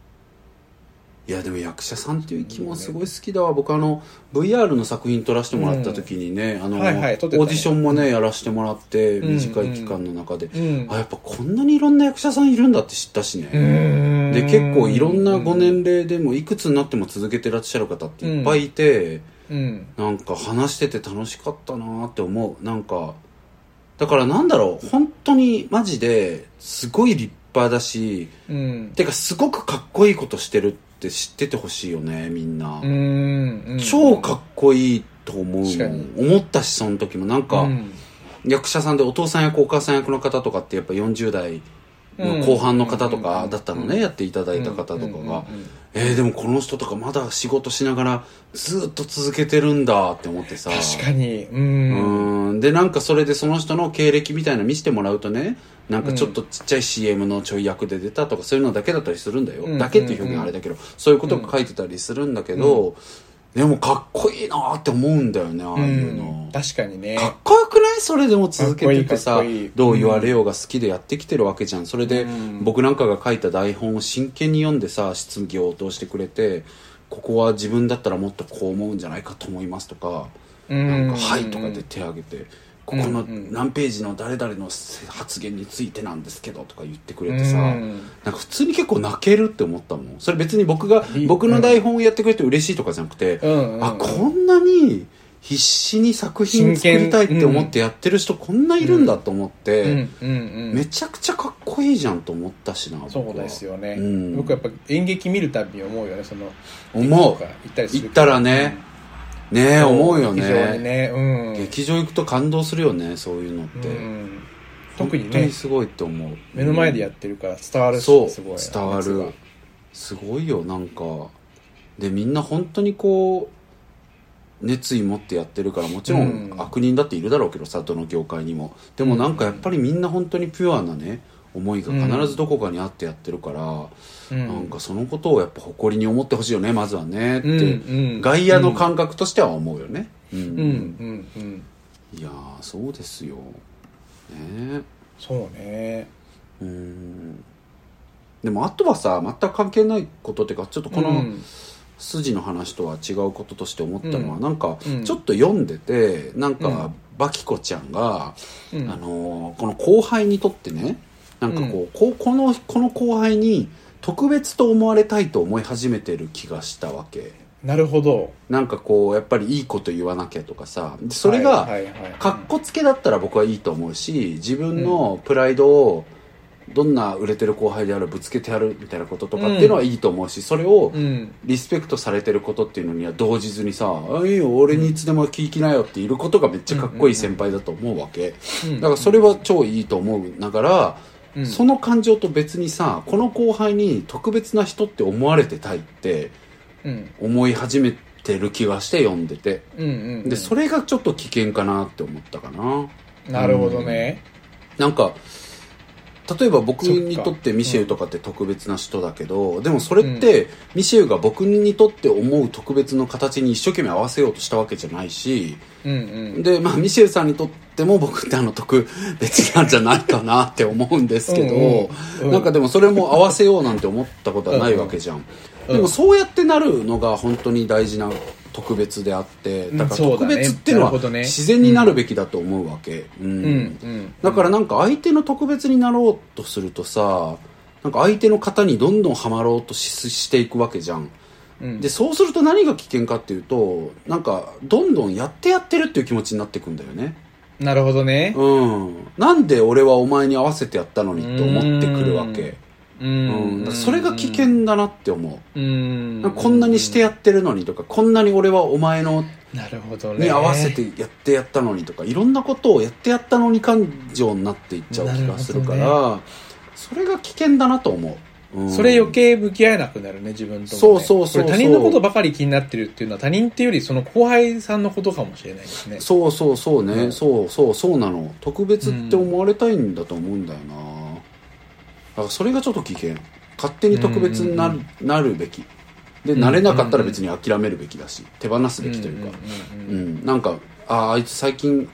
S2: いやでも役者さんっていう生き物すごい好きだわ、僕あの VR の作品撮らせてもらった時にね、あの
S1: はいはい撮
S2: オー
S1: って
S2: デ
S1: たね
S2: ィションもねやらせてもらって
S1: うん
S2: 短い期間の中で、
S1: うん。
S2: あやっぱこんなにいろんな役者さんいるんだって知ったし
S1: う
S2: ね、
S1: ん
S2: で結構いろんなご年齢でもいくつになっても続けてらっしゃる方っていっぱいいて、
S1: うん。
S2: なんか話してて楽しかったなーって思うなんかだからなんだろう本当にマジですごい立派だし
S1: うん。
S2: てかすごくかっこいいことしてるって知っててほしいよねみんな、
S1: うん。うん
S2: 超かっこいいと思うも
S1: 確かに
S2: ん思ったしその時もなんか、
S1: うん
S2: 役者さんでお父さん役お母さん役の方とかってやっぱ40代の後半の方とかだったのね、
S1: うん
S2: やっていただいた方とかが、
S1: うんうんうん
S2: えー、でもこの人とかまだ仕事しながらずーっと続けてるんだって思ってさ
S1: 確かに。う。
S2: うんーんでなんかそれでその人の経歴みたいなの見せてもらうとねなんかちょっとちっちゃい CM のちょい役で出たとかそういうのだけだったりするんだよ、
S1: うん
S2: だけっていう表現あれだけど、そういうことが書いてたりするんだけど、でもかっこいいなって思うんだよねああ
S1: う
S2: いうんの、
S1: 確かにね。
S2: かっこよくないそれでも続けてて
S1: かっ
S2: さ
S1: こいいかっこいい
S2: どう言われようが好きでやってきてるわけじゃんそれで
S1: うん
S2: 僕なんかが書いた台本を真剣に読んでさ質疑応答してくれてここは自分だったらもっとこう思うんじゃないかと思いますとか
S1: うん
S2: なんか「はい」とかで手挙げて「ここの何ページの誰々の発言についてなんですけど」とか言ってくれてさ
S1: うん
S2: なんか普通に結構泣けるって思ったもんそれ別に僕が
S1: いい
S2: 僕の台本をやってくれて嬉しいとかじゃなくて
S1: うんうん
S2: あこんなに必死に作品作りたいって思ってやってる人こんないるんだと思っ
S1: う
S2: て
S1: んうんう
S2: め
S1: ん。
S2: ちゃくちゃかっこいいじゃんと思ったしな僕
S1: そ
S2: は
S1: うですよね。
S2: うん
S1: 僕やっぱ演劇見るたびに思うよね、その、
S2: 思う
S1: 行ったりする
S2: 行ったらねねえ思うよね
S1: 非常にね。うん。
S2: 劇場行くと感動するよねそういうのって、
S1: うん特に
S2: 本当
S1: ね
S2: に、すごいって思う
S1: 目の前でやってるから伝わるし、
S2: そう
S1: すごい。
S2: 伝わ
S1: 熱が
S2: るすごいよなんかでみんな本当にこう熱意持ってやってるからもちろん
S1: うん
S2: 悪人だっているだろうけどさどの業界にもでもなんかやっぱりみんな本当にピュアなね思いが必ずどこかにあってやってるから、
S1: うん
S2: なんかそのことをやっぱ誇りに思ってほしいよねまずはねって、
S1: うんうん
S2: 外野の感覚としては思うよねうん、
S1: うん、うん、うん。
S2: いやーそうですよね
S1: そうね。
S2: えうんでもあとはさ全く関係ないことっていうかちょっとこの、
S1: うん
S2: 筋の話とは違うこととして思ったのは、
S1: うん
S2: なんか
S1: うん
S2: ちょっと読んでて、なん
S1: うん
S2: かバキコちゃんが、
S1: うん
S2: あのーこの後輩にとってねなんかこう、こうこのこの後輩に特別と思われたいと思い始めてる気がしたわけ
S1: なるほど。
S2: なんかこうやっぱりいいこと言わなきゃとかさそれが
S1: はいはいはい
S2: かっこつけだったら僕はいいと思うし自分のプライドをどんな売れてる後輩であるぶつけてやるみたいなこととかっていうのはいいと思うし、それを
S1: うん。
S2: リスペクトされてることっていうのには動じずにさ「あいいよ俺にいつでも聞きなよ」っていることがめっちゃかっこいい先輩だと思うわけ
S1: うん
S2: だからそれは超いいと思うながら、
S1: うん
S2: その感情と別にさこの後輩に特別な人って思われてたいって
S1: うん。
S2: 思い始めてる気がして読んでて
S1: うんうん。
S2: でそれがちょっと危険かなって思ったかな
S1: なるほどね。
S2: なんか例えば僕
S1: そっか
S2: にとってミシェウとかって特別な人だけど、でもそれってミシェウが僕にとって思う特別の形に一生懸命合わせようとしたわけじゃないし
S1: うんうん。
S2: で、まあ、ミシェウさんにとっても僕ってあの特別なんじゃないかなって思うんですけど、
S1: うんうん
S2: なんかでもそれも合わせようなんて思ったことはないわけじゃん。
S1: うん
S2: でもそうやってなるのが本当に大事な特別であってだから
S1: うんそう
S2: 特
S1: だね
S2: 別っていうの
S1: なる
S2: は
S1: ほどね
S2: 自然になるべきだと思うわけ。
S1: うんうん。
S2: だからなんか相手の特別になろうとするとさなんか相手の型にどんどんはまろうとししていくわけじゃん、
S1: うん
S2: でそうすると何が危険かっていうとなんかどんどんやってやってるっていう気持ちになっていくんだよね
S1: なるほどね。
S2: うんなんで俺はお前に合わせてやったのにって思ってくるわけ
S1: う
S2: うん
S1: ん。
S2: だからそれが危険だなって思
S1: う。
S2: うんなんかこんなにしてやってるのにとかこんなに俺はお前の
S1: なるほどね。
S2: に合わせてやってやったのにとかいろんなことをやってやったのに感情になっていっちゃう気がするか
S1: なる
S2: らそれが危険だなと思う、うん
S1: それ余計向き合えなくなるね、自分とも、ね。
S2: そうそうそうそう
S1: これ他人のことばかり気になってるっていうのは他人っていうよりその後輩さんのことかもしれないですね。
S2: そうそうそうね、
S1: うん
S2: そうそうそうなの特別って思われたいんだと思うんだよな、だからそれがちょっと危険勝手に特別になる,、
S1: うん
S2: なるべきで
S1: うん
S2: なれなかったら別に諦めるべきだし手放すべきというか、
S1: ん
S2: うん
S1: ん
S2: なんかあーあいつ最近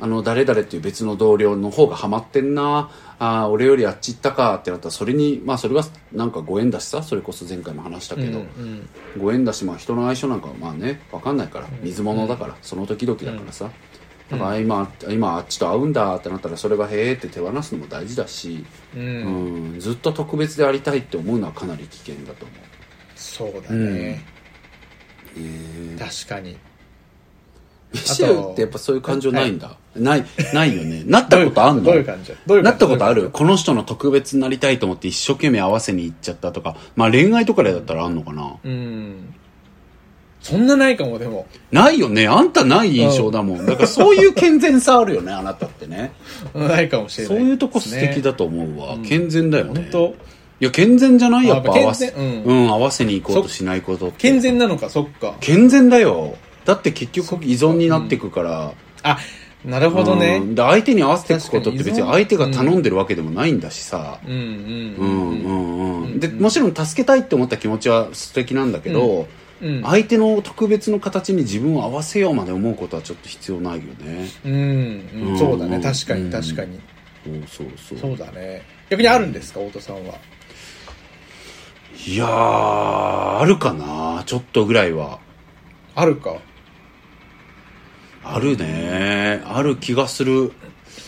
S2: あの誰々っていう別の同僚の方がハマってんなあー俺よりあっち行ったかってなったらそれにまあそれはなんかご縁だしさそれこそ前回も話したけ
S1: うん
S2: ど、
S1: うん
S2: ご縁だしまあ人の相性なんかはまあね分かんないから水物だから、その時々だからさ、
S1: うん
S2: なんかあ今今あっちと会うんだってなったらそれがへえって手放すのも大事だし、
S1: う
S2: うん
S1: うん
S2: ん、ずっと特別でありたいって思うのはかなり危険だと思う
S1: そうだね、確かに
S2: ミシェ ルってやっぱそういう感情ないんだ、ないないよねなったことあんの
S1: どういう感じどういう感じ
S2: なったことあ
S1: どうい
S2: る
S1: う感
S2: この人の特別になりたいと思って一生懸命合わせに行っちゃったとか、まあ恋愛とかでだったらあんのかな、
S1: じうんそんなないかもでも
S2: ないよね。あんたない印象だもん。だからそういう健全さあるよね、あなたって ね。
S1: うんないかもしれな
S2: そ
S1: いう
S2: いうとこ素敵だと思うわ。健全だよね。
S1: 本当
S2: いや、健全じゃないやっぱ
S1: あ
S2: 合
S1: やっ
S2: わ
S1: ぱ
S2: せ、う
S1: 健全
S2: ん、
S1: う
S2: 合わせに行こうとしないことって
S1: 健全なのかそっか
S2: 健全だよ。だって結局依存になっていくから。
S1: あなるほど
S2: う
S1: ね
S2: んで、相手に合わせていくことって別
S1: 確か
S2: に
S1: に依存
S2: 相手が頼んでるわけでもないんだしさ。
S1: うんうん
S2: う
S1: うんん
S2: うんうん。で、もちろん助けたいって思った気持ちは素敵なんだけど、
S1: うん
S2: 相手の特別の形に自分を合わせようまで思うことはちょっと必要ないよね。
S1: うん
S2: う
S1: うんんそうだね
S2: うん
S1: 確か
S2: うん
S1: に確かに
S2: そうそうそう。
S1: そうだね逆にあるんですか太田さんはい
S2: やー、あるかなちょっとぐらいは。
S1: あるか
S2: あるねある気がする。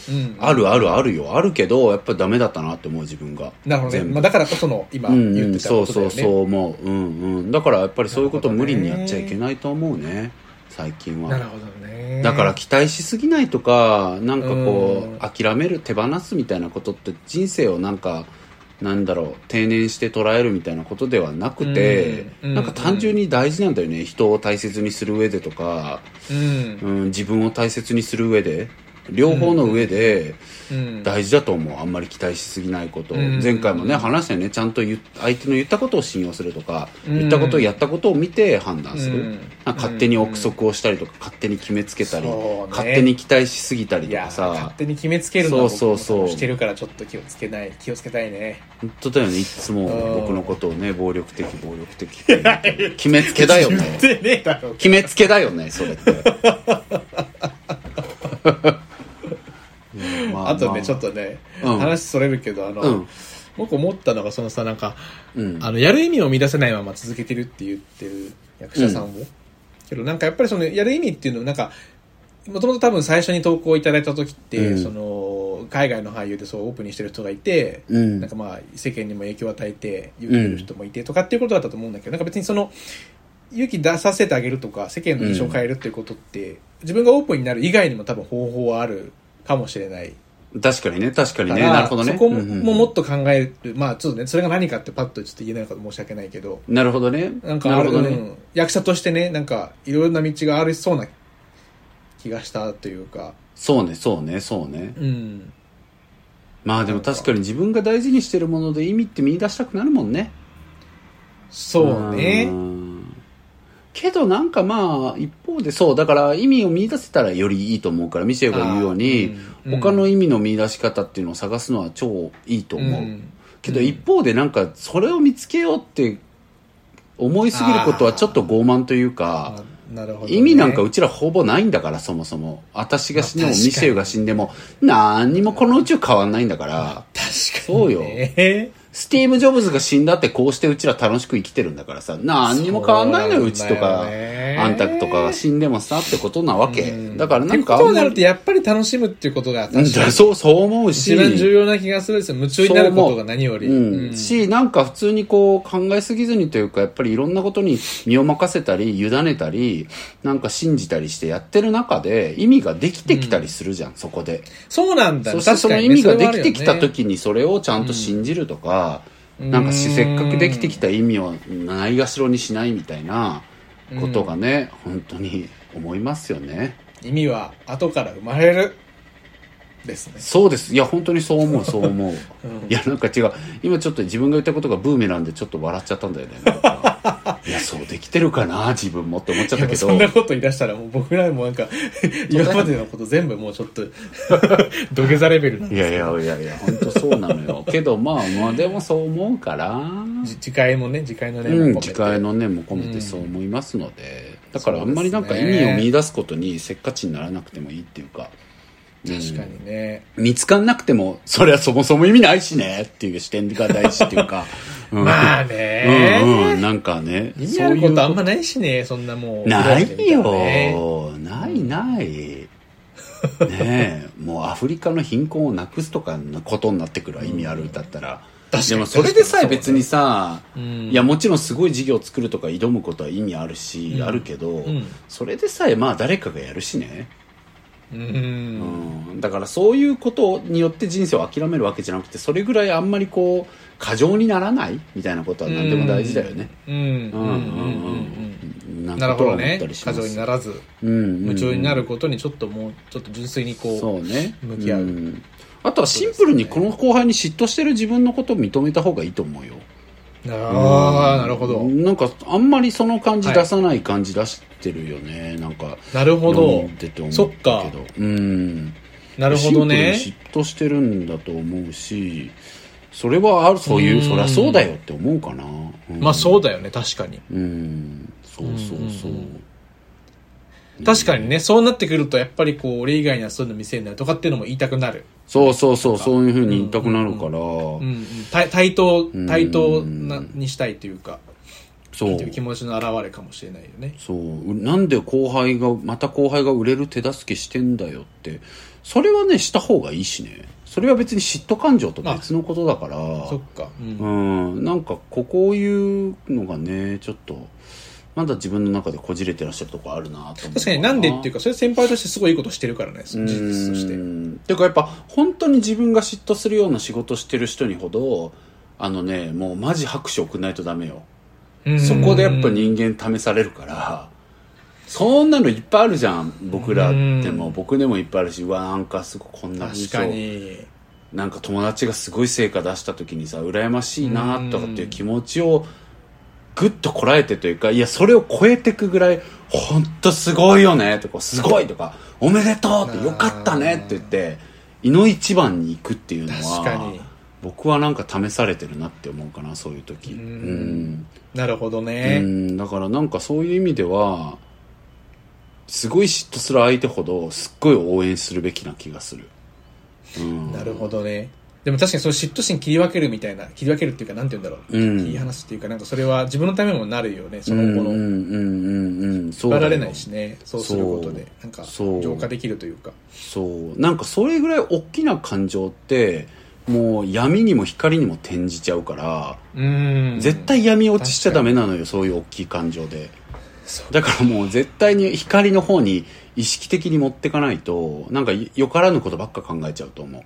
S1: うん
S2: あるあるあるよ。あるけど、やっぱダメだったなって思う自分が。
S1: なるほどね
S2: 全部
S1: まあだからこその今
S2: うん
S1: 言
S2: う
S1: っ
S2: ん、
S1: てた
S2: そ
S1: こ
S2: う
S1: とだ
S2: そう
S1: よね
S2: そう思う。うんうん。だからやっぱりそういうことを無理にやっちゃいけないと思うね。最近
S1: なる
S2: は。
S1: ほどね
S2: だから期待しすぎないとか、なんかこ
S1: うん
S2: う、諦める、手放すみたいなことって人生をなんか、なんだろう定年して捉えるみたいなことではなくて、
S1: うんうん
S2: なんか単純に大事なんだよね、人を大切にする上でとか、
S1: うん。
S2: うん、自分を大切にする上で両方の上で
S1: うん。
S2: 大事だと思うあんまり期待しすぎないこと、
S1: うん
S2: 前回もね話したよねちゃんと言っ相手の言ったことを信用するとか、
S1: うん
S2: 言ったことをやったことを見て判断する、
S1: うん
S2: なんか勝手に憶測をしたりとか勝手に決めつけたり、
S1: そうね
S2: 勝手に期待しすぎたり
S1: い
S2: と
S1: や
S2: か
S1: ー
S2: さ
S1: 勝手に決めつけるのは
S2: そうそうそう
S1: 僕もしてるからちょっと気をつけない気をつけたいね
S2: 本当だよねいつも
S1: うん
S2: 僕のことをね暴力的暴力 的って言ってる決めつけだよ
S1: 言っ
S2: ね
S1: てねえだろ
S2: 決めつけだよねそれって うんま
S1: あとねちょっ
S2: と
S1: とね、
S2: うん
S1: 話それるけどあの、
S2: うん
S1: 僕思ったのがそのさなんか
S2: うん
S1: あのやる意味を見出せないまま続けてるって言ってる役者さんも、けどなんかやっぱりそのやる意味っていうのはなんかもともと多分最初に投稿いただいた時って、
S2: うん
S1: その海外の俳優でそうオープンにしてる人がいて、
S2: うん
S1: なんかまあ世間にも影響を与えて勇気を得る人もいてとかっていうことだったと思うんだけど、なんか別にその勇気出させてあげるとか世間の印象を変えるっていうことって、自分がオープンになる以外にも多分方法はあるかもしれない
S2: 確かにね確かに
S1: だ
S2: ね
S1: から
S2: なるほどね
S1: そこ
S2: う
S1: も
S2: んうん
S1: ももっと考える、まあちょっとねそれが何かってパッとちょっと言えないから申し訳ないけど
S2: なるほどね
S1: なんか
S2: な
S1: あ
S2: る
S1: る
S2: ほどね、
S1: うん役者としてねなんかいろんな道がありそうな気がしたというか
S2: そうねそうねそうね
S1: うん
S2: まあでも確かに自分が大事にしてるもので意味って見出したくなるもんね
S1: そうね
S2: んけどなんかまあ一方でそうだから意味を見出せたらよりいいと思うからミシェルが言うように、
S1: あーうんうん
S2: 他の意味の見出し方っていうのを探すのは超いいと思う、
S1: うん
S2: けど一方でなんかそれを見つけようって思いすぎることはちょっと傲慢というか
S1: あなるほどね、
S2: 意味なんかうちらほぼないんだからそもそも私が死んでも
S1: まあ
S2: ミ
S1: 確かに
S2: シェルが死んでも何にもこの宇宙変わんないんだから
S1: 確かに
S2: そう よ
S1: ね
S2: スティーブ・ジョブズが死んだってこうしてうちら楽しく生きてるんだからさ、何にも変わんないのよ、
S1: そううなんだよ
S2: ちと
S1: ね
S2: か、あんたとかが死んでもさってことなわけ。だからなんか
S1: って
S2: あ
S1: こと
S2: ん
S1: に
S2: ま
S1: な
S2: り、
S1: るとやっぱり楽しむっていうことが
S2: うん
S1: 確かに
S2: そう、そう思うし、
S1: 一番重要な気がするんですよ夢中になることが何より
S2: うんし、なんか普通にこう考えすぎずにというか、やっぱりいろんなことに身を任せたり、委ねたり、なんか信じたりしてやってる中で、意味ができてきたりするじゃん、そこで。
S1: そうなんだ
S2: そ
S1: ね
S2: してその
S1: 確か
S2: 意
S1: にね
S2: 味が
S1: それ
S2: で
S1: はある
S2: き
S1: よ
S2: て
S1: ね
S2: きた時にそれをちゃんと信じるとか、
S1: うん
S2: なんかしせっかくできてきた意味をないがしろにしないみたいなことがね、本当に思いますよね。
S1: 意味は後から生まれるですね
S2: そうです。いや、本当にそう 思う、そう思う。
S1: うん
S2: いや、なんか違う。今ちょっと自分が言ったことがブーメランでちょっと笑っちゃったんだ よね。なんかいや、そうできてるかな、自分もって思っちゃった
S1: でも
S2: け
S1: そ
S2: ど
S1: ん。なこと言い出したらもう僕らもなんか今までのこと全部もうちょっと 土下座レベルなん
S2: い
S1: で
S2: やいやいやいや、本当そうなの よ。けど、まあまあ、でもそう思うから。
S1: じ次回もね次回のね、
S2: うん、
S1: も
S2: 機
S1: 込
S2: 会
S1: めて
S2: の念も込めてそう思いますので、だからあんまりなんか
S1: そう
S2: 意
S1: です
S2: 味
S1: ね
S2: を見出すことにせっかちにならなくてもいいっていうか、うん
S1: 確かにね、
S2: 見つかんなくても、それはそもそも意味ないしねっていう視点が大事っていう か、うん
S1: まあね、
S2: うんうん、なんかね、
S1: 意味あることあん
S2: ま
S1: まないしねそんなもう
S2: ない
S1: ね
S2: よ、ないない。ねえ、もうアフリカの貧困をなくすとかのことになってくるわ、意味ある歌ったら。
S1: 確かに
S2: でもそれでさえ
S1: 確かに
S2: 別にさ、
S1: うん
S2: いやもちろんすごい事業を作るとか挑むことは意味あるし、
S1: うん
S2: あるけど、
S1: ん
S2: それでさえまあ誰かがやるしね、
S1: うん、
S2: うん、だからそういうことによって人生を諦めるわけじゃなくてそれぐらいあんまりこう過剰にならないみたいなことは何でも大事だよね。
S1: うんうん
S2: う
S1: うんん
S2: う
S1: うんんうん
S2: うん
S1: うん
S2: な
S1: なる
S2: こと
S1: ほ
S2: は
S1: ど
S2: 思っ
S1: ね
S2: たりし
S1: 過
S2: ます
S1: 剰にならず
S2: 夢
S1: 夢中になることにちょっともうちょっと純粋にこう
S2: そうね
S1: 向き合うん
S2: あとはシンプルにこの後輩に嫉妬してる自分のことを認めた方がいいと思うよ
S1: ああなるほど、
S2: なんかあんまりその感じ出さない感じ出してるよね、なんか
S1: なるほ
S2: 読
S1: ど
S2: んでて思
S1: そ
S2: っ
S1: ったか
S2: けどうん
S1: なるほどね
S2: シンプルに嫉妬してるんだと思うしそれはあるそういう
S1: うん
S2: そりゃそうだよって思うかな、うん
S1: まあそうだよね確かに
S2: うんそうそうそう、
S1: うんうん確かにねそうなってくるとやっぱりこう俺以外にはそういうの見せないとかっていうのも言いたくなる、
S2: そうそうそうそういうふうに言いたくなるから、
S1: うんうん、対対等
S2: ん
S1: 対等なにしたいというか
S2: そう
S1: という気持ちの表れかもしれないよね
S2: そううなんで後輩がまた後輩が売れる手助けしてんだよってそれはねした方がいいしねそれは別に嫉妬感情と別のことだから
S1: そっか、うん
S2: うんなんかここういうのがねちょっとまだ自分の中でこじれてらっしゃるとこあるなと思う
S1: 確かになんでっていう
S2: か
S1: かそれ先輩としてすごいいいことしてるからね事
S2: 事
S1: 実として
S2: ていうかやっぱ本当に自分が嫉妬するような仕事してる人にほどあのねもうマジ拍手送んないとダメよ
S1: うん
S2: そこでやっぱ人間試されるからそんなのいっぱいあるじゃん僕らでも
S1: うん
S2: 僕でもいっぱいあるしうわなんかすごいこんな
S1: 確
S2: 文
S1: か
S2: 章
S1: に
S2: なんか友達がすごい成果出した時にさ羨ましいなとかっていう気持ちをぐっとこらえてというかいやそれを超えてくぐらい「ほんとすごいよね」とか「すごい」とか「おめでとう」って「よかったね」って言って胃の一番に行くっていうの
S1: 確かに
S2: は僕はなんか試されてるなって思うかなそういう時
S1: うん
S2: うん
S1: なるほど
S2: う
S1: ね
S2: んだからなんかそういう意味ではすごい嫉妬する相手ほどすっごい応援するべきな気がする、うん、
S1: なるほどねでも確かにその嫉妬心切り分けるみたいな切り分けるっていうかなんて言うんだろう、
S2: うん
S1: いい話っていうかなんかそれは自分のためにもなるよねその後の、
S2: うんうんうんうんうんそう
S1: 引っ張
S2: だ
S1: ら
S2: よ
S1: れないしねそうすることで
S2: そう
S1: なんか
S2: そう
S1: 浄化できるというか
S2: そうなんかそれぐらい大きな感情ってもう闇にも光にも転じちゃうから、
S1: うん
S2: 絶対闇落ちしちゃダメなのよそういう大きい感情で
S1: そう
S2: だからもう絶対に光の方に意識的に持ってかないとなんかよからぬことばっか考えちゃうと思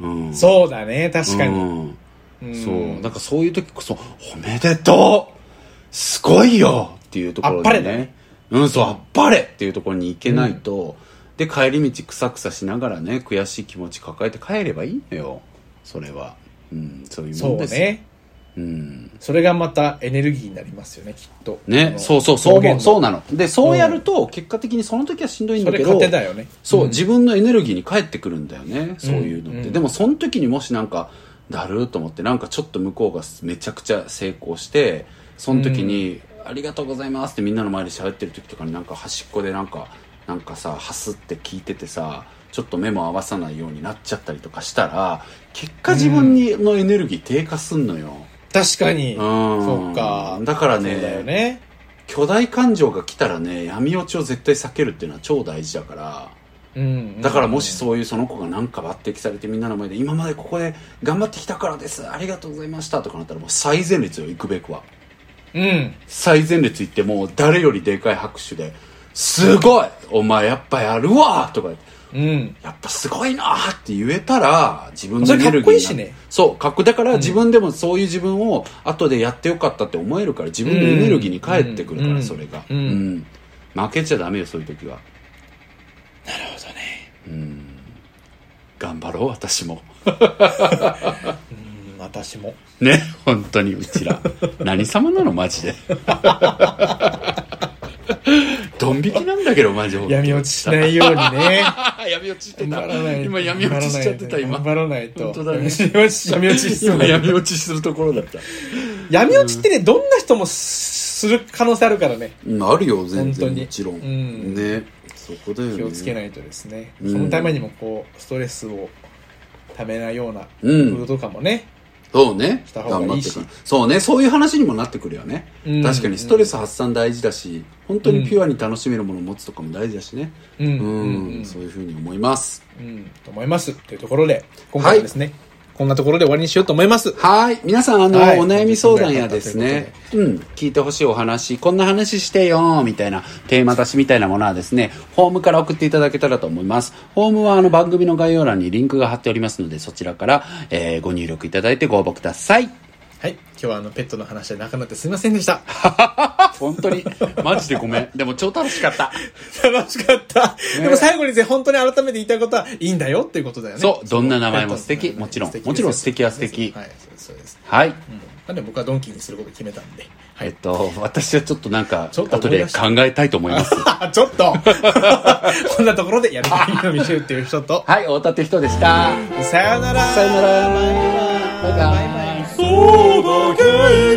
S2: う、うん、
S1: そうだね確かに、
S2: うん
S1: うん
S2: そうだからそういう時こそ「おめでとうすごいよ!」っていうところ
S1: あっぱれ
S2: で
S1: だ
S2: ねうんそうあっぱれっていうところに行けないと、で帰り道くさくさしながらね悔しい気持ち抱えて帰ればいいのよそれは、うん、そういうも
S1: そ
S2: ん
S1: う
S2: です
S1: ね
S2: うん
S1: それがまたエネルギーになりますよねきっと
S2: ね、そうそうそう思うそう
S1: う
S2: なのでそうやると結果的にその時はしんどいんだ
S1: そ
S2: け
S1: れ
S2: ど
S1: 糧だよね
S2: そう、
S1: ん
S2: 自分のエネルギーに返ってくるんだよねそういうのって、
S1: うん
S2: でもその時にもしなんかだるーと思ってなんかちょっと向こうがめちゃくちゃ成功してその時に「ありがとうございます」ってみんなの前で喋ってる時とかになんか端っこでなんかなんかさはすって聞いててさちょっと目も合わさないようになっちゃったりとかしたら結果自分にのエネルギー低下すんのよ、
S1: 確かに
S2: うん
S1: そうか
S2: だからね
S1: そうだよね
S2: 巨大感情が来たらね闇落ちを絶対避けるっていうのは超大事だから
S1: うん
S2: だからもしそういうその子がなんか抜擢されてみんなの前で今までここで頑張ってきたからですありがとうございましたとかなったらもう最前列よ行くべくは
S1: うん
S2: 最前列行ってもう誰よりでかい拍手で「すごいお前やっぱやるわ!」とか
S1: うん
S2: やっぱすごいなーって言えたら自分の
S1: そ
S2: エ
S1: れ
S2: ネルギー
S1: かっこいいしね
S2: になそうかっこだから自分でもそういう自分を後でやってよかったって思えるから自分のエネルギーに返ってくるか
S1: うん
S2: らそれが
S1: うん
S2: うん負けちゃダメよそういう時は
S1: なるほどね
S2: 頑張ろう私も
S1: うん私も
S2: ね本当にうち ら何様なのマジでドン引きなんだけどマジ本当に
S1: 闇 落ちしないようにね
S2: 闇落ちして
S1: 頑
S2: た
S1: 張らない
S2: 今闇落ちしちゃってた今
S1: 頑張らないと
S2: 本当だね
S1: 闇落ち闇落ちしそう
S2: 今闇落ちするところだった
S1: 闇落ちってねどんな人もする可能性あるからね
S2: うんあるよ全
S1: 本当
S2: 然
S1: に
S2: もちろん、
S1: うん
S2: ねそこだよね
S1: 気をつけないいとですね、
S2: うん
S1: そのためにもこうストレスをためないような
S2: う
S1: 工
S2: ん
S1: 夫とかもね、
S2: そうね
S1: した方
S2: 頑
S1: が
S2: 張
S1: いい
S2: って
S1: し
S2: くそうねそういう話にもなってくるよね、
S1: うん
S2: 確かにストレス発散大事だし本当にピュアに楽しめるものを持つとかも大事だしね
S1: うんうん
S2: うん、そういうふうに思います
S1: うんと思いますというところで今回はですね、こんなところで終わりにしようと思います
S2: はい。皆さん、あの、
S1: はい
S2: お悩み相談やですね、うん、聞いてほしいお話、こんな話してよ、みたいな、テーマ出しみたいなものはですね、フォームから送っていただけたらと思います。フォームは、あの、番組の概要欄にリンクが貼っておりますので、そちらから、えーご入力いただいてご応募ください。
S1: はい今日はあのペットの話でなくなってすいませんでした
S2: 本当に、マジでごめん。でも、超楽しかった。
S1: 楽しかった、でも最後にぜ本当に改めて言いたいことはいいんだよっていうことだよね
S2: そうどんな名前も
S1: ペットの名前
S2: 素敵もちろん
S1: ですよ
S2: もちろん素敵は素敵
S1: はいそうですそうです、
S2: はい。
S1: うん、なんで僕はドンキにすること決めたんで は
S2: えっ
S1: い
S2: と、私はちょっとなんか、
S1: ちょっと
S2: 後
S1: 思い
S2: で
S1: 出した
S2: 考えたいと思います。
S1: あちょ っとこんなところでやる気の道をっていう人と
S2: はい、太田って人でした。
S1: さよなら
S2: さよなら。バイバイ。
S1: そうだけ